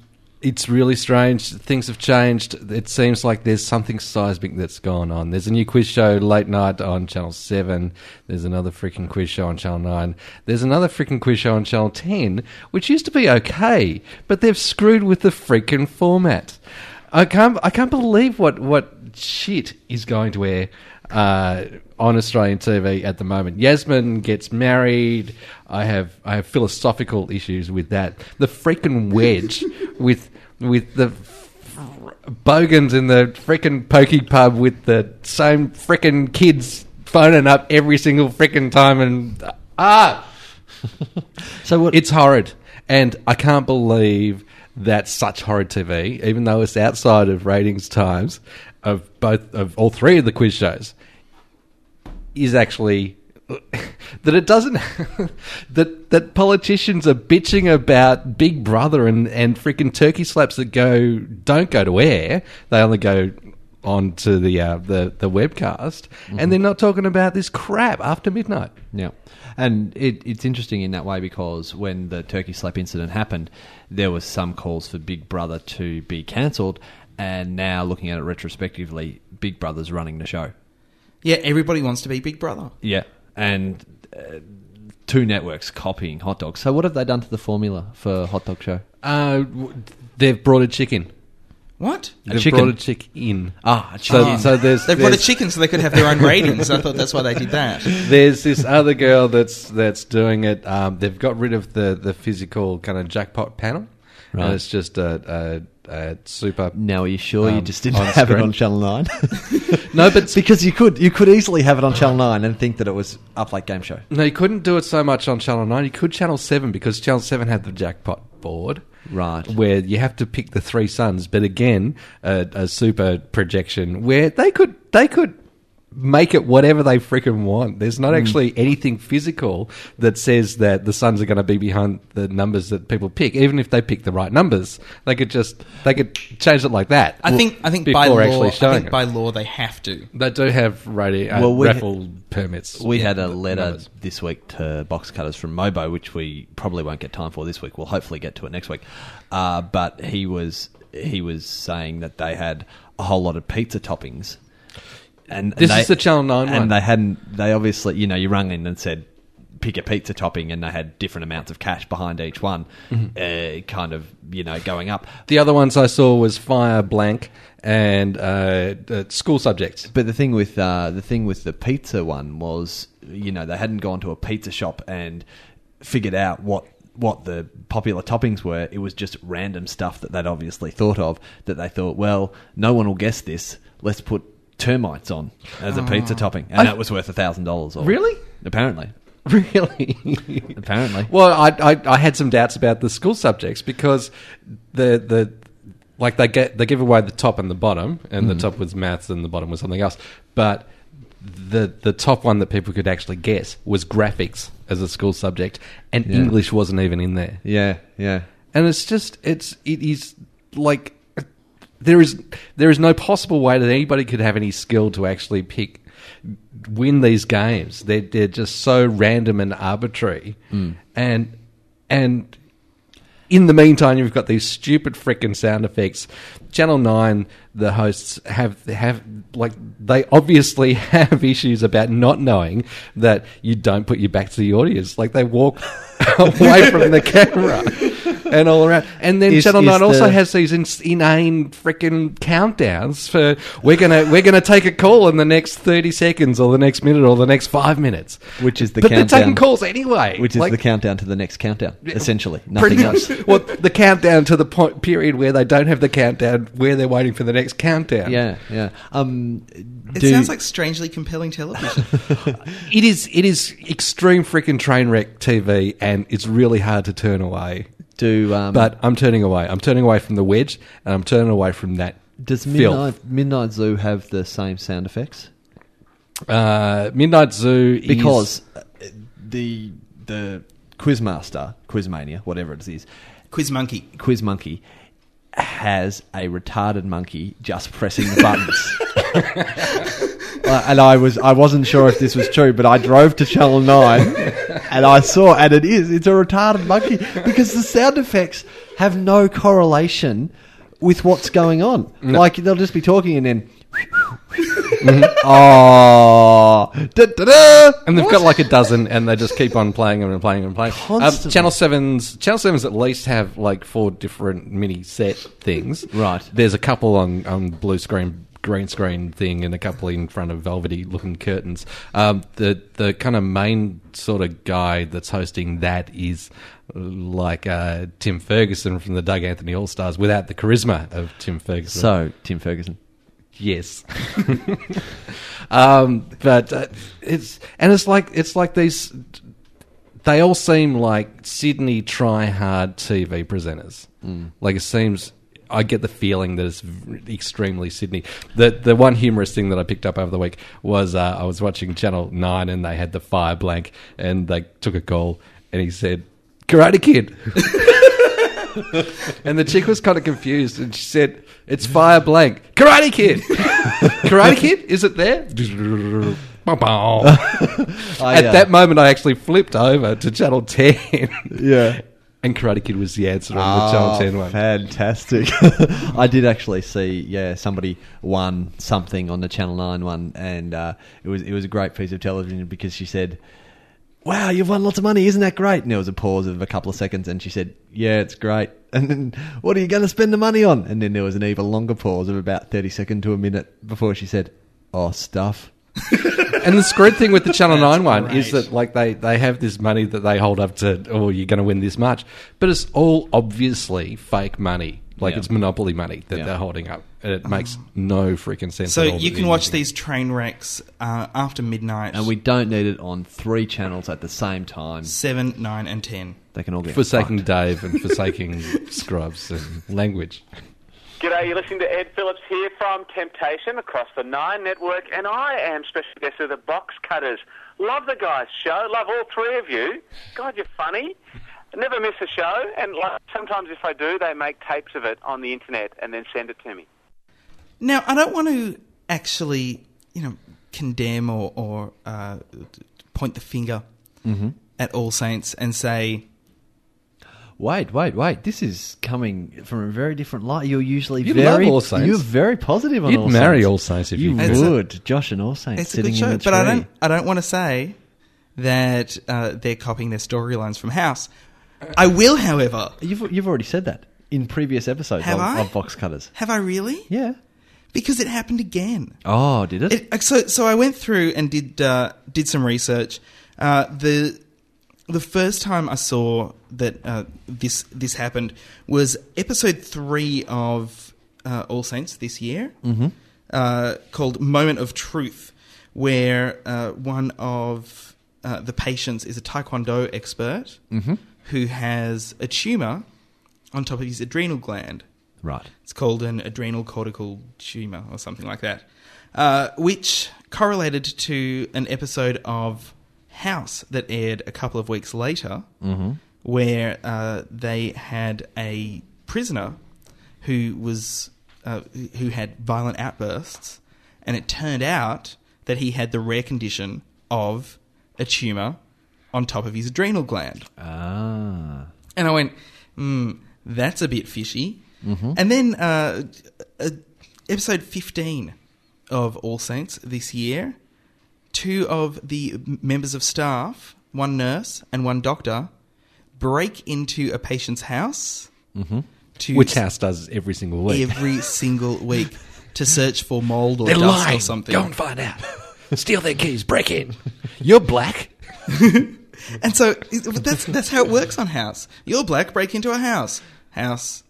C: it's really strange. Things have changed. It seems like there's something seismic that's gone on. There's a new quiz show late night on Channel 7. There's another freaking quiz show on Channel 9. There's another freaking quiz show on Channel 10, which used to be okay, but they've screwed with the freaking format. I can't, I can't believe what, what shit is going to air uh, on Australian TV at the moment. Yasmin gets married. I have I have philosophical issues with that. The freaking wedge with with the fr- bogans in the freaking pokey pub with the same freaking kids phoning up every single freaking time and ah
E: So what?
C: it's horrid, and I can't believe that such horrid TV, even though it's outside of ratings times of both of all three of the quiz shows, is actually (laughs) that it doesn't (laughs) that that politicians are bitching about Big Brother and and freaking turkey slaps that go don't go to air, they only go onto the uh, the the webcast, and they're not talking about this crap after midnight.
E: Yeah, and it, it's interesting in that way because when the turkey slap incident happened, there was some calls for Big Brother to be cancelled, and now looking at it retrospectively, Big Brother's running the show.
B: Yeah, everybody wants to be Big Brother.
E: Yeah, and uh, two networks copying hot dogs. So what have they done to the formula for hot dog show?
C: Uh, w- they've brought a chicken.
B: What?
C: They've
E: chicken?
C: brought a chick in.
E: Ah, a
C: so,
E: chicken.
C: so there's
B: They brought a
C: there's-
B: chicken so they could have their own ratings. I thought that's why they did
C: (laughs)
B: that.
C: There's this other girl that's that's doing it. Um, they've got rid of the, the physical kind of jackpot panel,
E: Right.
C: and it's just a, a, a super.
E: Now, are you sure you
C: Um,
E: just didn't
C: on
E: have it
C: screen.
E: on Channel (laughs) Nine?
C: No, but
E: because you could you could easily have it on Channel Nine and think that it was up late game show.
C: no, you couldn't do it so much on Channel Nine. You could Channel Seven because Channel Seven had the jackpot board.
E: Right.
C: Where you have to pick the three sons, but again, a, a super projection where they could they could make it whatever they freaking want. There's
E: Hmm.
C: not actually anything physical that says that the sons are going to be behind the numbers that people pick, even if they pick the right numbers. They could just they could change it like that.
B: I think. I think by
C: Before
B: law,
C: actually
B: I
C: showing
B: think
C: it.
B: by law they have to.
C: they do have radio, uh,
E: Well, we-
C: raffle permits.
E: We
C: Yeah,
E: had a
C: the
E: letter
C: numbers.
E: this week to box cutters from Mobo, which we probably won't get time for this week. We'll hopefully get to it next week. Uh, but he was he was saying that they had a whole lot of pizza toppings, and and
C: This
E: they-
C: is the Channel 9
E: and
C: one.
E: they hadn't. They obviously, you know, you rung in and said pick a pizza topping, and they had different amounts of cash behind each one,
C: Mm-hmm.
E: uh, kind of you know going up.
C: The other ones I saw was fire blank and uh, uh,
E: (laughs)
C: school subjects.
E: But the thing with uh, the thing with the pizza one was, you know, they hadn't gone to a pizza shop and figured out what what the popular toppings were. It was just random stuff that they'd obviously thought of. That they thought, well, no one will guess this. Let's put termites on as a pizza topping, and that was worth a thousand dollars.
C: Ah. Really?
E: Apparently,
C: Really?
E: apparently.
C: Well, I, I I had some doubts about the school subjects because the the like they get they give away the top and the bottom,
E: Mm-hmm.
C: and the top was maths and the bottom was something else. But the the top one that people could actually guess was graphics as a school subject, and
E: Yeah.
C: English wasn't even in there.
E: yeah, yeah.
C: And it's just it's it is like there is there is no possible way that anybody could have any skill to actually pick win these games. They're they're just so random and arbitrary. And and in the meantime, you've got these stupid frickin' sound effects. Channel Nine, the hosts have have like they obviously (laughs) have issues about not knowing (laughs) that you don't put your back to the audience. Like they walk away from the camera. and all around. And then
E: Is-
C: Channel
E: is
C: Nine also
E: the-
C: has these ins inane freaking countdowns for we're gonna we're gonna take a call in the next thirty seconds or the next minute or the next five minutes,
E: which is the
C: but
E: countdown.
C: they're taking calls anyway,
E: Which is
C: Like,
E: the countdown to the next countdown, essentially.
C: Pretty
E: Nothing else.
C: much. Well, the countdown to the point period where they don't have the countdown, where they're waiting for the next countdown.
E: Yeah, yeah. Um,
B: It
C: do-
B: sounds like strangely compelling
C: (laughs)
B: television.
C: It is it is extreme freaking train wreck TV, and it's really hard to turn away.
E: Do um,
C: But I'm turning away. I'm turning away from the wedge, and I'm turning away from that.
E: does
C: filth.
E: Midnight, Midnight Zoo have the same sound effects?
C: Uh, Midnight Zoo is-
E: because uh, the the Quizmaster, Quizmania, whatever it is,
B: Quiz Monkey.
E: Quiz Monkey has a retarded monkey just pressing the buttons. Uh, and I was I wasn't sure if this was true, but I drove to Channel Nine, and I saw, and it is it's a retarded monkey because the sound effects have no correlation with what's going on. Like they'll just be talking and then. (laughs) Oh, da-da-da.
C: and they've
E: What?
C: got like a dozen, and they just keep on playing them and playing them and playing. Um,
E: Constantly.
C: Channel sevens, Channel sevens at least have like four different mini set things.
E: Right.
C: There's a couple on on blue screen, green screen thing, and a couple in front of velvety looking curtains. Um, the the kind of main sort of guy that's hosting that is like uh, Tim Ferguson from the Doug Anthony All Stars without the charisma of Tim Ferguson.
E: So Tim Ferguson,
C: Yes. (laughs) um, but uh, it's and it's like it's like these. They all seem like Sydney try hard TV presenters. Like it seems. I get the feeling that it's v- extremely Sydney. The the one humorous thing that I picked up over the week was uh, I was watching Channel Nine and they had the fire blank and they took a call and he said Karate Kid. And the chick was kind of confused, and she said, "It's Fire Blank, Karate Kid, (laughs) Karate Kid. Is
B: (laughs)
C: it there?"
E: I,
C: (laughs) At
E: uh,
C: that moment, I actually flipped over to Channel Ten. (laughs)
E: Yeah.
C: and Karate Kid was the answer on the Channel
E: Oh,
C: Ten one.
E: Fantastic. (laughs) I did actually see, yeah, somebody won something on the Channel 9 one, and uh, it was it was a great piece of television because she said, Wow, you've won lots of money. Isn't that great? And there was a pause of a couple of seconds, and she said, Yeah, it's great. (laughs) And then, what are you going to spend the money on? And then there was an even longer pause of about 30 seconds to a minute before she said, Oh, stuff.
C: and the screwed
B: (laughs)
C: thing with the Channel Nine one is
B: great.
C: that like they they have this money that they hold up to, oh, you're going to win this much, but it's all obviously fake money. Like
E: Yeah.
C: it's monopoly money that
E: Yeah.
C: they're holding up, and it makes no freaking sense.
B: So
C: at all
B: you
C: that
B: can
C: they're
B: watch
C: using it.
B: these train wrecks uh, after midnight.
E: And we don't need it on three channels at the same time.
B: seven, nine, and ten.
E: They can all get
C: Forsaking
E: fucked.
C: Dave and
B: (laughs)
C: Forsaking Scrubs and language.
L: G'day, you're listening to Ed Phillips here from Temptation across the Nine Network, and I am special guest of the Box Cutters. Love the guys' show, love all three of you. God, you're funny. Never miss a show, and like, sometimes if I do, they make tapes of it on the internet and then send it to me.
B: Now, I don't want to actually, you know, condemn or, or uh, point the finger
E: Mm-hmm.
B: at All Saints and say,
E: Wait, wait, wait! This is coming from a very different light. You're usually
C: You love
E: very
C: All Saints.
E: you're very positive on
C: You'd
E: All
C: marry
E: Saints.
C: All Saints if you
B: could.
E: would. Josh and All Saints
B: it's a
E: sitting
B: good show,
E: in the
B: but I don't, I don't want to say that uh, they're copying their storylines from House. I will, however.
E: You've you've already said that in previous episodes
B: Have
E: of,
B: I?
E: of Box Cutters.
B: Have I really?
E: Yeah.
B: Because it happened again.
E: Oh, did it?
B: It, uh, so, so I went through and did uh, did some research. Uh, the the first time I saw that uh, this this happened was episode three of uh, All Saints this year, mm-hmm. uh, called "Moment of Truth," where uh, one of uh, the patients is a Taekwondo expert who has a tumor on top of his adrenal gland.
E: Right.
B: It's called an adrenal cortical tumor or something like that, uh, which correlated to an episode of House that aired a couple of weeks later, where uh, they had a prisoner who was uh, who had violent outbursts, and it turned out that he had the rare condition of a tumor on top of his adrenal gland.
E: Ah.
B: And I went, hmm, that's a bit fishy. And then uh, uh, episode 15 of All Saints this year, two of the m- members of staff, one nurse and one doctor, break into a patient's house.
C: Mm-hmm.
B: To
C: Which house does every single week?
B: Every single week to search for mold or
I: They're
B: dust
I: lying.
B: or something.
I: Go and find out. Steal their keys. Break
B: (laughs)
I: in. You're black.
B: And so it- that's that's how it works on House. You're black, break into a house, house,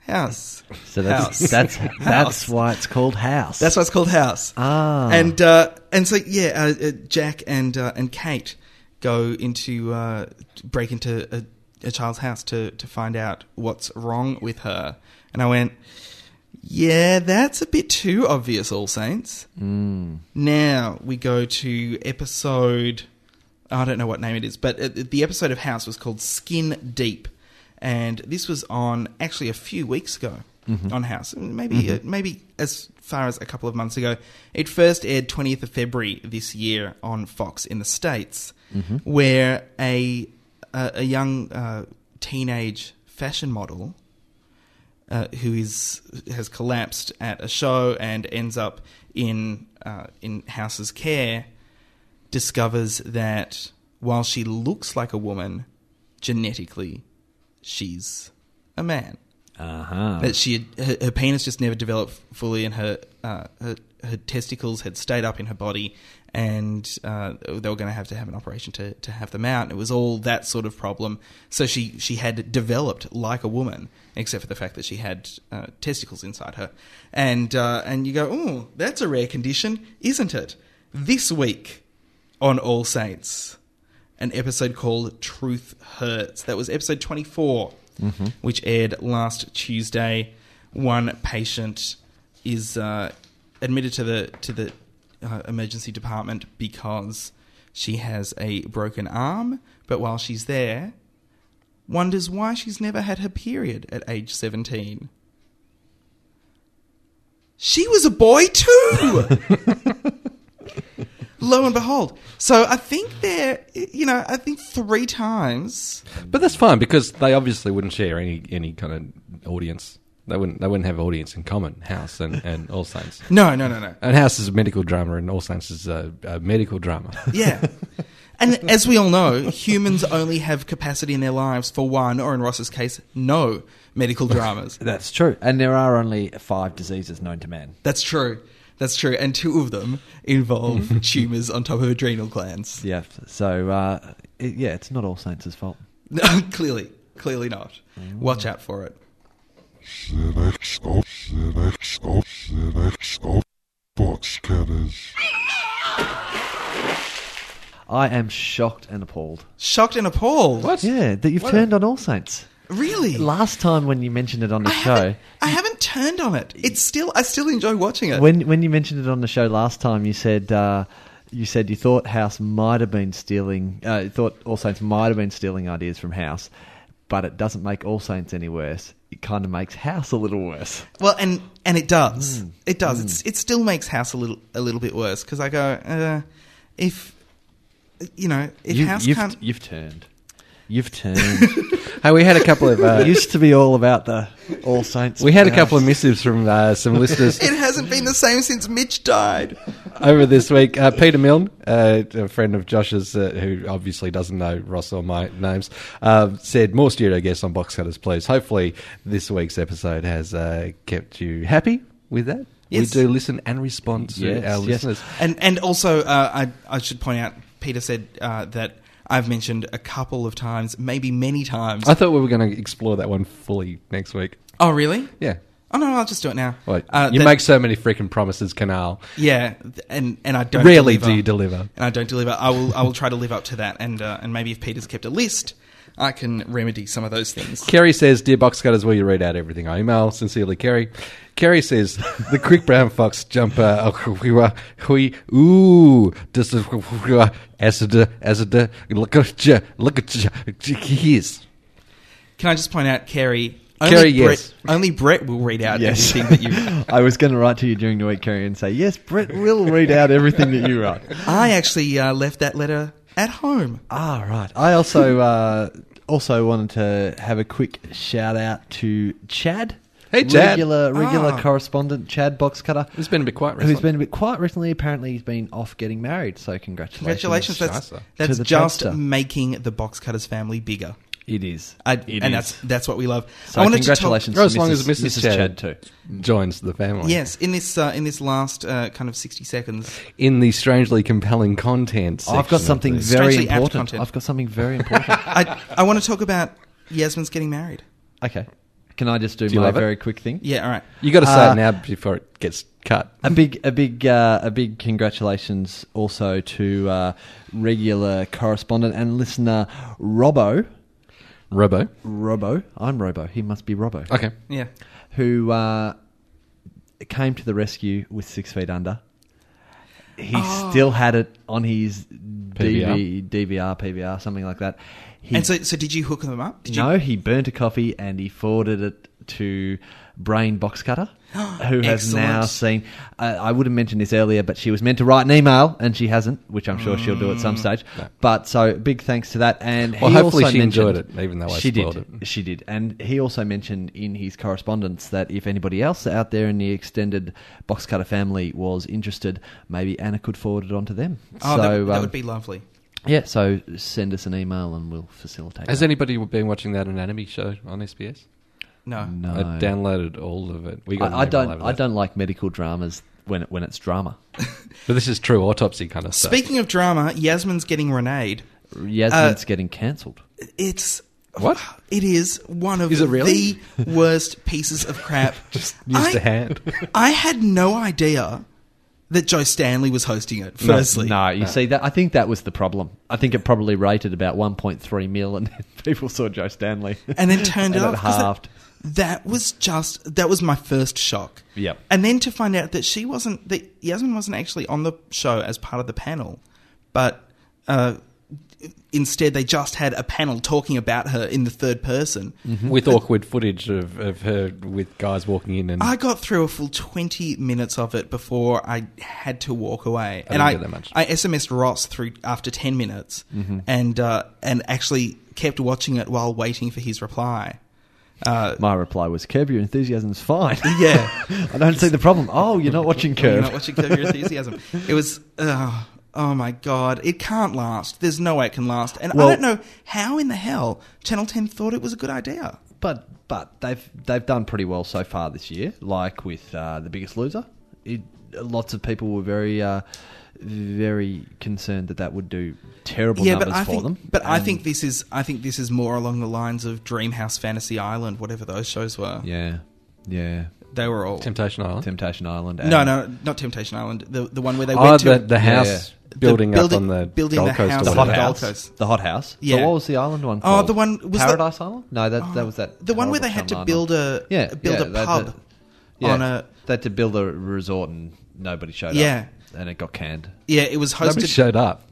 B: house.
E: So
B: house,
E: that's (laughs) that's
B: house.
E: that's why it's called house.
B: That's why it's called House.
E: Ah.
B: and uh, and so yeah, uh, uh, Jack and uh, and Kate go into uh, break into a, a child's house to to find out what's wrong with her. And I went, yeah, that's a bit too obvious, All Saints.
E: Mm.
B: Now we go to episode. I don't know what name it is, but uh, the episode of House was called Skin Deep, and this was on actually a few weeks ago
E: Mhm.
B: on House, maybe
E: Mhm.
B: uh, maybe as far as a couple of months ago. It first aired twentieth of February this year on Fox in the states,
E: Mhm.
B: where a a, a young uh, teenage fashion model uh, who is has collapsed at a show and ends up in uh, in House's care, discovers that while she looks like a woman, genetically, she's a man.
C: Uh-huh.
B: That she had, her, her penis just never developed fully, and her uh, her, her testicles had stayed up in her body, and uh, they were going to have to have an operation to, to have them out. And it was all that sort of problem. So she she had developed like a woman, except for the fact that she had uh, testicles inside her. And uh, and you go, oh, that's a rare condition, isn't it? This week on All Saints, an episode called Truth Hurts. That was episode 24,
E: Mhm.
B: which aired last Tuesday. One patient is uh, admitted to the to the uh, emergency department because she has a broken arm, but while she's there, wonders why she's never had her period at age 17. She was a boy too. (laughs) Lo and behold. So I think they're, you know, I think three times.
C: But that's fine because they obviously wouldn't share any any kind of audience. They wouldn't. They wouldn't have audience in common. House and, and All Saints.
B: No, no, no, no.
C: And House is a medical drama, and All Saints is a, a medical drama.
B: Yeah. And as we all know, humans only have capacity in their lives for one, or in Ross's case, no medical (laughs) dramas.
E: That's true. And there are only five diseases known to man.
B: That's true. That's true. And two of them (laughs) involve tumors on top of adrenal glands. (laughs)
E: Yeah. So uh, it, yeah, it's not all saints' fault.
B: No, clearly, clearly not. Watch out for it.
N: Box cutters.
E: I am shocked and appalled.
B: Shocked and appalled. What?
E: Yeah, that you've
B: What?
E: turned on all saints.
B: Really?
E: Last time when you mentioned it on the show,
B: I haven't turned on it. It's still, I still enjoy watching it.
E: when when you mentioned it on the show last time, you said uh, you said you thought House might have been stealing. Uh, you thought All Saints might have been stealing ideas from House, but it doesn't make All Saints any worse. It kind of makes House a little worse.
B: Well, and and it does.
C: Hmm.
B: It does. It's, it still makes House a little a little bit worse because I go, uh, if you know, if
E: You-
B: House
E: you've,
B: can't,
E: you've turned. You've (laughs) turned.
C: hey, we had a couple of uh,
B: (laughs)
E: it used to be all about the All Saints.
C: we had a couple of missives from uh, some listeners
B: it hasn't been the same since Mitch died.
C: over this week. Uh, Peter Milne, uh, a friend of Josh's, uh, who obviously doesn't know Ross or my names, uh, said, More studio guests on Box Cutters, please. Hopefully, this week's episode has uh, kept you happy with that.
B: Yes.
C: We do listen and respond to
E: Yes,
C: our
E: yes.
C: listeners.
B: And and also, uh, I I should point out, Peter said uh, that I've mentioned a couple of times, maybe many times.
C: I thought we were going to explore that one fully next week.
B: oh, really?
C: Yeah.
B: Oh no, I'll just do it now.
C: Like,
B: Uh,
C: you
B: that-
C: make so many freaking promises, Canal.
B: Yeah, th- and and I don't
C: Rarely
B: deliver.
C: do you deliver.
B: and I don't deliver. I will I will try to live up to that, and uh, and maybe if Peter's kept a list, I can remedy some of those things.
C: Kerry says, Dear Box Cutters, will you read out everything I email? Sincerely, Kerry. Kerry says, The quick brown fox jumper. uh, hui- hui- Ooh. This is. As it. As it. Look at you. Look at you. He is.
B: Can I just point out, Kerry?
C: Kerry,
B: Brett,
C: yes.
B: Only Brett will read out
E: Yes.
B: everything that you.
E: (laughs) I was going to write to you during the week, Kerry, and say, yes, Brett will read out everything that you write.
B: I actually uh, left that letter at home.
E: Ah, right. I also uh, also wanted to have a quick shout out to Chad.
C: Hey, Chad.
E: Regular, regular
C: Ah.
E: correspondent, Chad Boxcutter.
C: He's been a bit quiet
E: Who's
C: recently.
E: been a bit quiet recently. Apparently, he's been off getting married, so congratulations.
B: Congratulations! That's
E: to
B: that's
E: the
B: just
E: Chadster.
B: making the box cutters family bigger.
E: It is.
B: I,
E: It
B: and
E: is.
B: that's that's what we love.
E: So
B: wanted to
E: congratulations
B: tell-
E: to As long as Mrs. Mrs. Chad Chad
C: joins the family.
B: Yes, in this uh, in this last uh, kind of sixty seconds,
C: In the strangely compelling content section.
E: I've got something
C: of this.
E: very
B: Strangely apt
E: important.
B: content.
E: I've got something very important.
C: (laughs)
B: I I want to talk about Yasmin's getting married.
E: okay. Can I just do,
C: Do you
E: my
C: love it?
E: very quick thing?
B: Yeah, all right.
C: you got to say
E: Uh,
C: it now before it gets cut.
E: A big, a big, uh, a big congratulations also to uh, regular correspondent and listener Robbo.
C: Robo.
E: Robbo, I'm Robbo. He must be Robbo.
C: Okay.
B: Yeah.
E: Who uh, came to the rescue with Six Feet Under? He
B: Oh.
E: still had it on his
C: PVR.
E: DV, DVR, PVR, something like that. He
B: and so so did you hook them up? Did
E: no,
B: you?
E: he burnt a copy and he forwarded it to Brain Boxcutter, who has
B: Excellent.
E: now seen. I I would have mentioned this earlier, but she was meant to write an email and she hasn't, which I'm sure she'll do at some stage. But so big thanks to that. And
C: Well,
E: he
C: hopefully
E: also
C: she enjoyed
E: mentioned-
C: it, even though I
E: she did.
C: spoiled it.
E: She did. And he also mentioned in his correspondence that if anybody else out there in the extended Boxcutter family was interested, maybe Anna could forward it on to them.
B: Oh,
E: so
B: that, that
E: um,
B: would be lovely.
E: Yeah, so send us an email and we'll facilitate.
C: Has
E: that.
C: anybody been watching that anatomy show on SBS?
B: No.
E: No.
C: I downloaded all of it. We got
E: I, I
C: an email
E: don't.
C: over
E: I
C: that.
E: don't like medical dramas when it, when it's drama.
C: But this is true autopsy kind of stuff.
B: Speaking of drama, Yasmin's getting reneged.
E: Yasmin's getting cancelled.
B: It's
C: What?
B: It is one of
C: Is it really?
B: the worst pieces of crap.
C: Just used
B: I-
C: a hand.
B: I had no idea that Joe Stanley was hosting it.
E: No,
B: Firstly,
E: no, you see that. I think that was the problem. I think it probably rated about 1.3 mil, and then (laughs) people saw Joe Stanley,
B: and then turned
E: and
B: it
E: it
B: off. 'cause
E: halved.
B: That, that was just that was my first shock.
E: Yep.
B: And then to find out that she wasn't that Yasmin wasn't actually on the show as part of the panel, but uh, instead they just had a panel talking about her in the third person.
C: with awkward footage of, of her with guys walking in and
B: I got through a full 20 minutes of it before I had to walk away. and
C: didn't
B: I,
C: get that much.
B: I SMS'd Ross through after 10 minutes and, uh, and actually kept watching it while waiting for his reply. Uh,
E: (laughs) My reply was, "Curb your enthusiasm's (laughs) fine."
B: yeah.
E: I don't see the problem. Oh, you're not watching Curb.
B: You're not watching Curb Your Enthusiasm. it was, uh, oh my God, it can't last. There's no way it can last. And
E: Well-
B: I don't know how in the hell Channel 10 thought it was a good idea.
E: But but they've they've done pretty well so far this year. Like with uh, the Biggest Loser, it, lots of people were very uh, very concerned that that would do terrible
B: yeah,
E: numbers
B: but I
E: for
B: think,
E: them.
B: but I
E: And-
B: think this is I think this is more along the lines of Dreamhouse, Fantasy Island, whatever those shows were.
E: yeah yeah
B: They were all
C: Temptation Island.
E: Temptation Island.
B: No,
E: and-
B: no, not Temptation Island. The the one where they
C: Uh, oh,
B: went to
C: the, the house building, up on the
B: building
C: Gold
B: the
C: Coast. or
B: house
E: the
B: on
E: hot
C: whatever.
B: the Gold
E: house.
B: Coast.
E: The hot house.
B: Yeah.
E: So what was the island one?
B: Oh,
E: called?
B: the one- was that-
E: Paradise Island. No, that that was that
B: The one where
E: horrible
B: they had to
E: Channel Nine
B: build
E: one.
B: a
E: yeah
B: build
E: yeah,
B: a
E: they-
B: pub
E: yeah,
B: on a
E: they had to build a resort and nobody showed
B: Yeah.
E: up. and it got canned.
B: yeah. It was
C: Nobody
B: hosted.
C: showed up.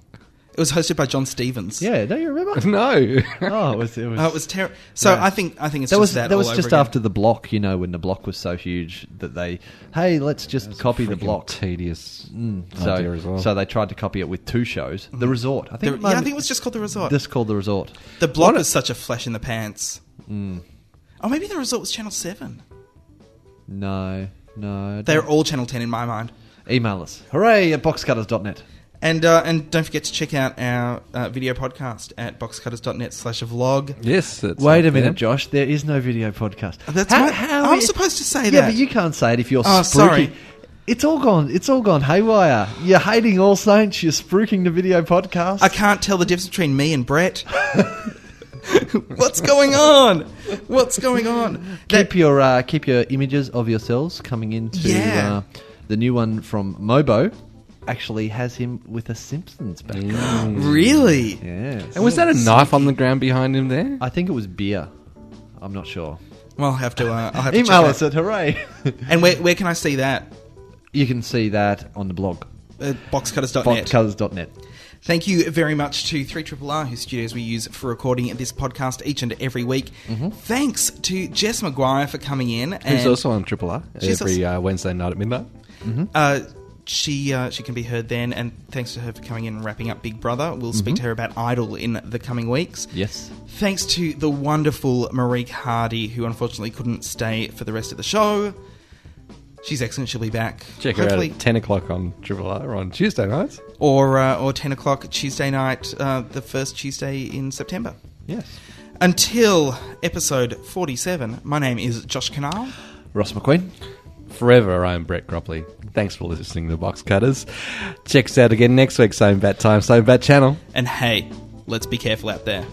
B: it was hosted by John Stevens.
E: Yeah, don't you remember? (laughs)
C: (laughs) No.
E: oh, it was it (laughs) was.
B: Oh, it was terrible. So
E: Yeah.
B: I think I think it's
E: that
B: just
E: was
B: that
E: that was
B: all
E: just
B: over again.
E: after the block, you know, when the block was so huge that they, hey, let's just copy the
C: Freaking
E: block.
C: Tedious idea as
E: So,
C: well.
E: so they tried to copy it with two shows. Mm-hmm. The Resort, I
B: The-
E: think. it might
B: yeah, I
E: have
B: think it was just called the resort.
E: this called the Resort.
B: the block was such a flash in the pants.
E: Mm.
B: Oh, maybe the resort was Channel Seven.
E: No, no.
B: They're all Channel Ten in my mind.
E: email us. Hooray at boxcutters.net.
B: And uh, and don't forget to check out our uh, video podcast at boxcutters.net slash vlog.
C: yes. It's
E: Wait a
C: up
E: minute,
C: there.
E: Josh. There is no video podcast.
B: That's right. I'm supposed to say
E: Yeah,
B: that.
E: but you can't say it if you're
B: Oh,
E: spooky.
B: sorry.
E: It's all gone. It's all gone haywire. You're hating All Saints. You're spruiking the video podcast.
B: I can't tell the difference between me and Brett. (laughs) What's going on? What's going on? That-
E: keep your uh, keep your images of yourselves coming into
B: Yeah.
E: uh, the new one from Mobo. Actually, has him with a Simpsons background.
B: really?
E: Yes.
C: And was that a knife on the ground behind him there?
E: I think it was beer. I'm not sure.
B: Well, I'll have to. Uh, I'll have to check
E: Email
B: it
E: us
B: out.
E: at hooray.
B: (laughs) And where, where can I see that?
E: you can see that on the blog.
B: At boxcutters.net.
E: Boxcutters.net.
B: Thank you very much to 3RRR, whose studios we use for recording this podcast each and every week. Thanks to Jess Maguire for coming in.
C: Mm-hmm. Who's
B: and-
C: also on Triple R
B: She's
C: every uh, Wednesday night at midnight.
B: Uh, she uh, she can be heard then, and thanks to her for coming in and wrapping up Big Brother.
C: Mm-hmm.
B: We'll speak to her about Idol in the coming weeks.
E: Yes.
B: Thanks to the wonderful Marique Hardy, who unfortunately couldn't stay for the rest of the show. She's excellent. She'll be back.
C: Check her out
B: hopefully,
C: at 10 o'clock on Triple R on Tuesday nights.
B: or uh, or ten o'clock Tuesday night, uh, the first Tuesday in September.
E: Yes.
B: Until episode 47, my name is Josh Canal.
C: Ross McQueen. Forever, I'm Brett Cropley. Thanks for listening to Box Cutters. Check us out again next week, same bat time, same bat channel.
B: And hey, let's be careful out there.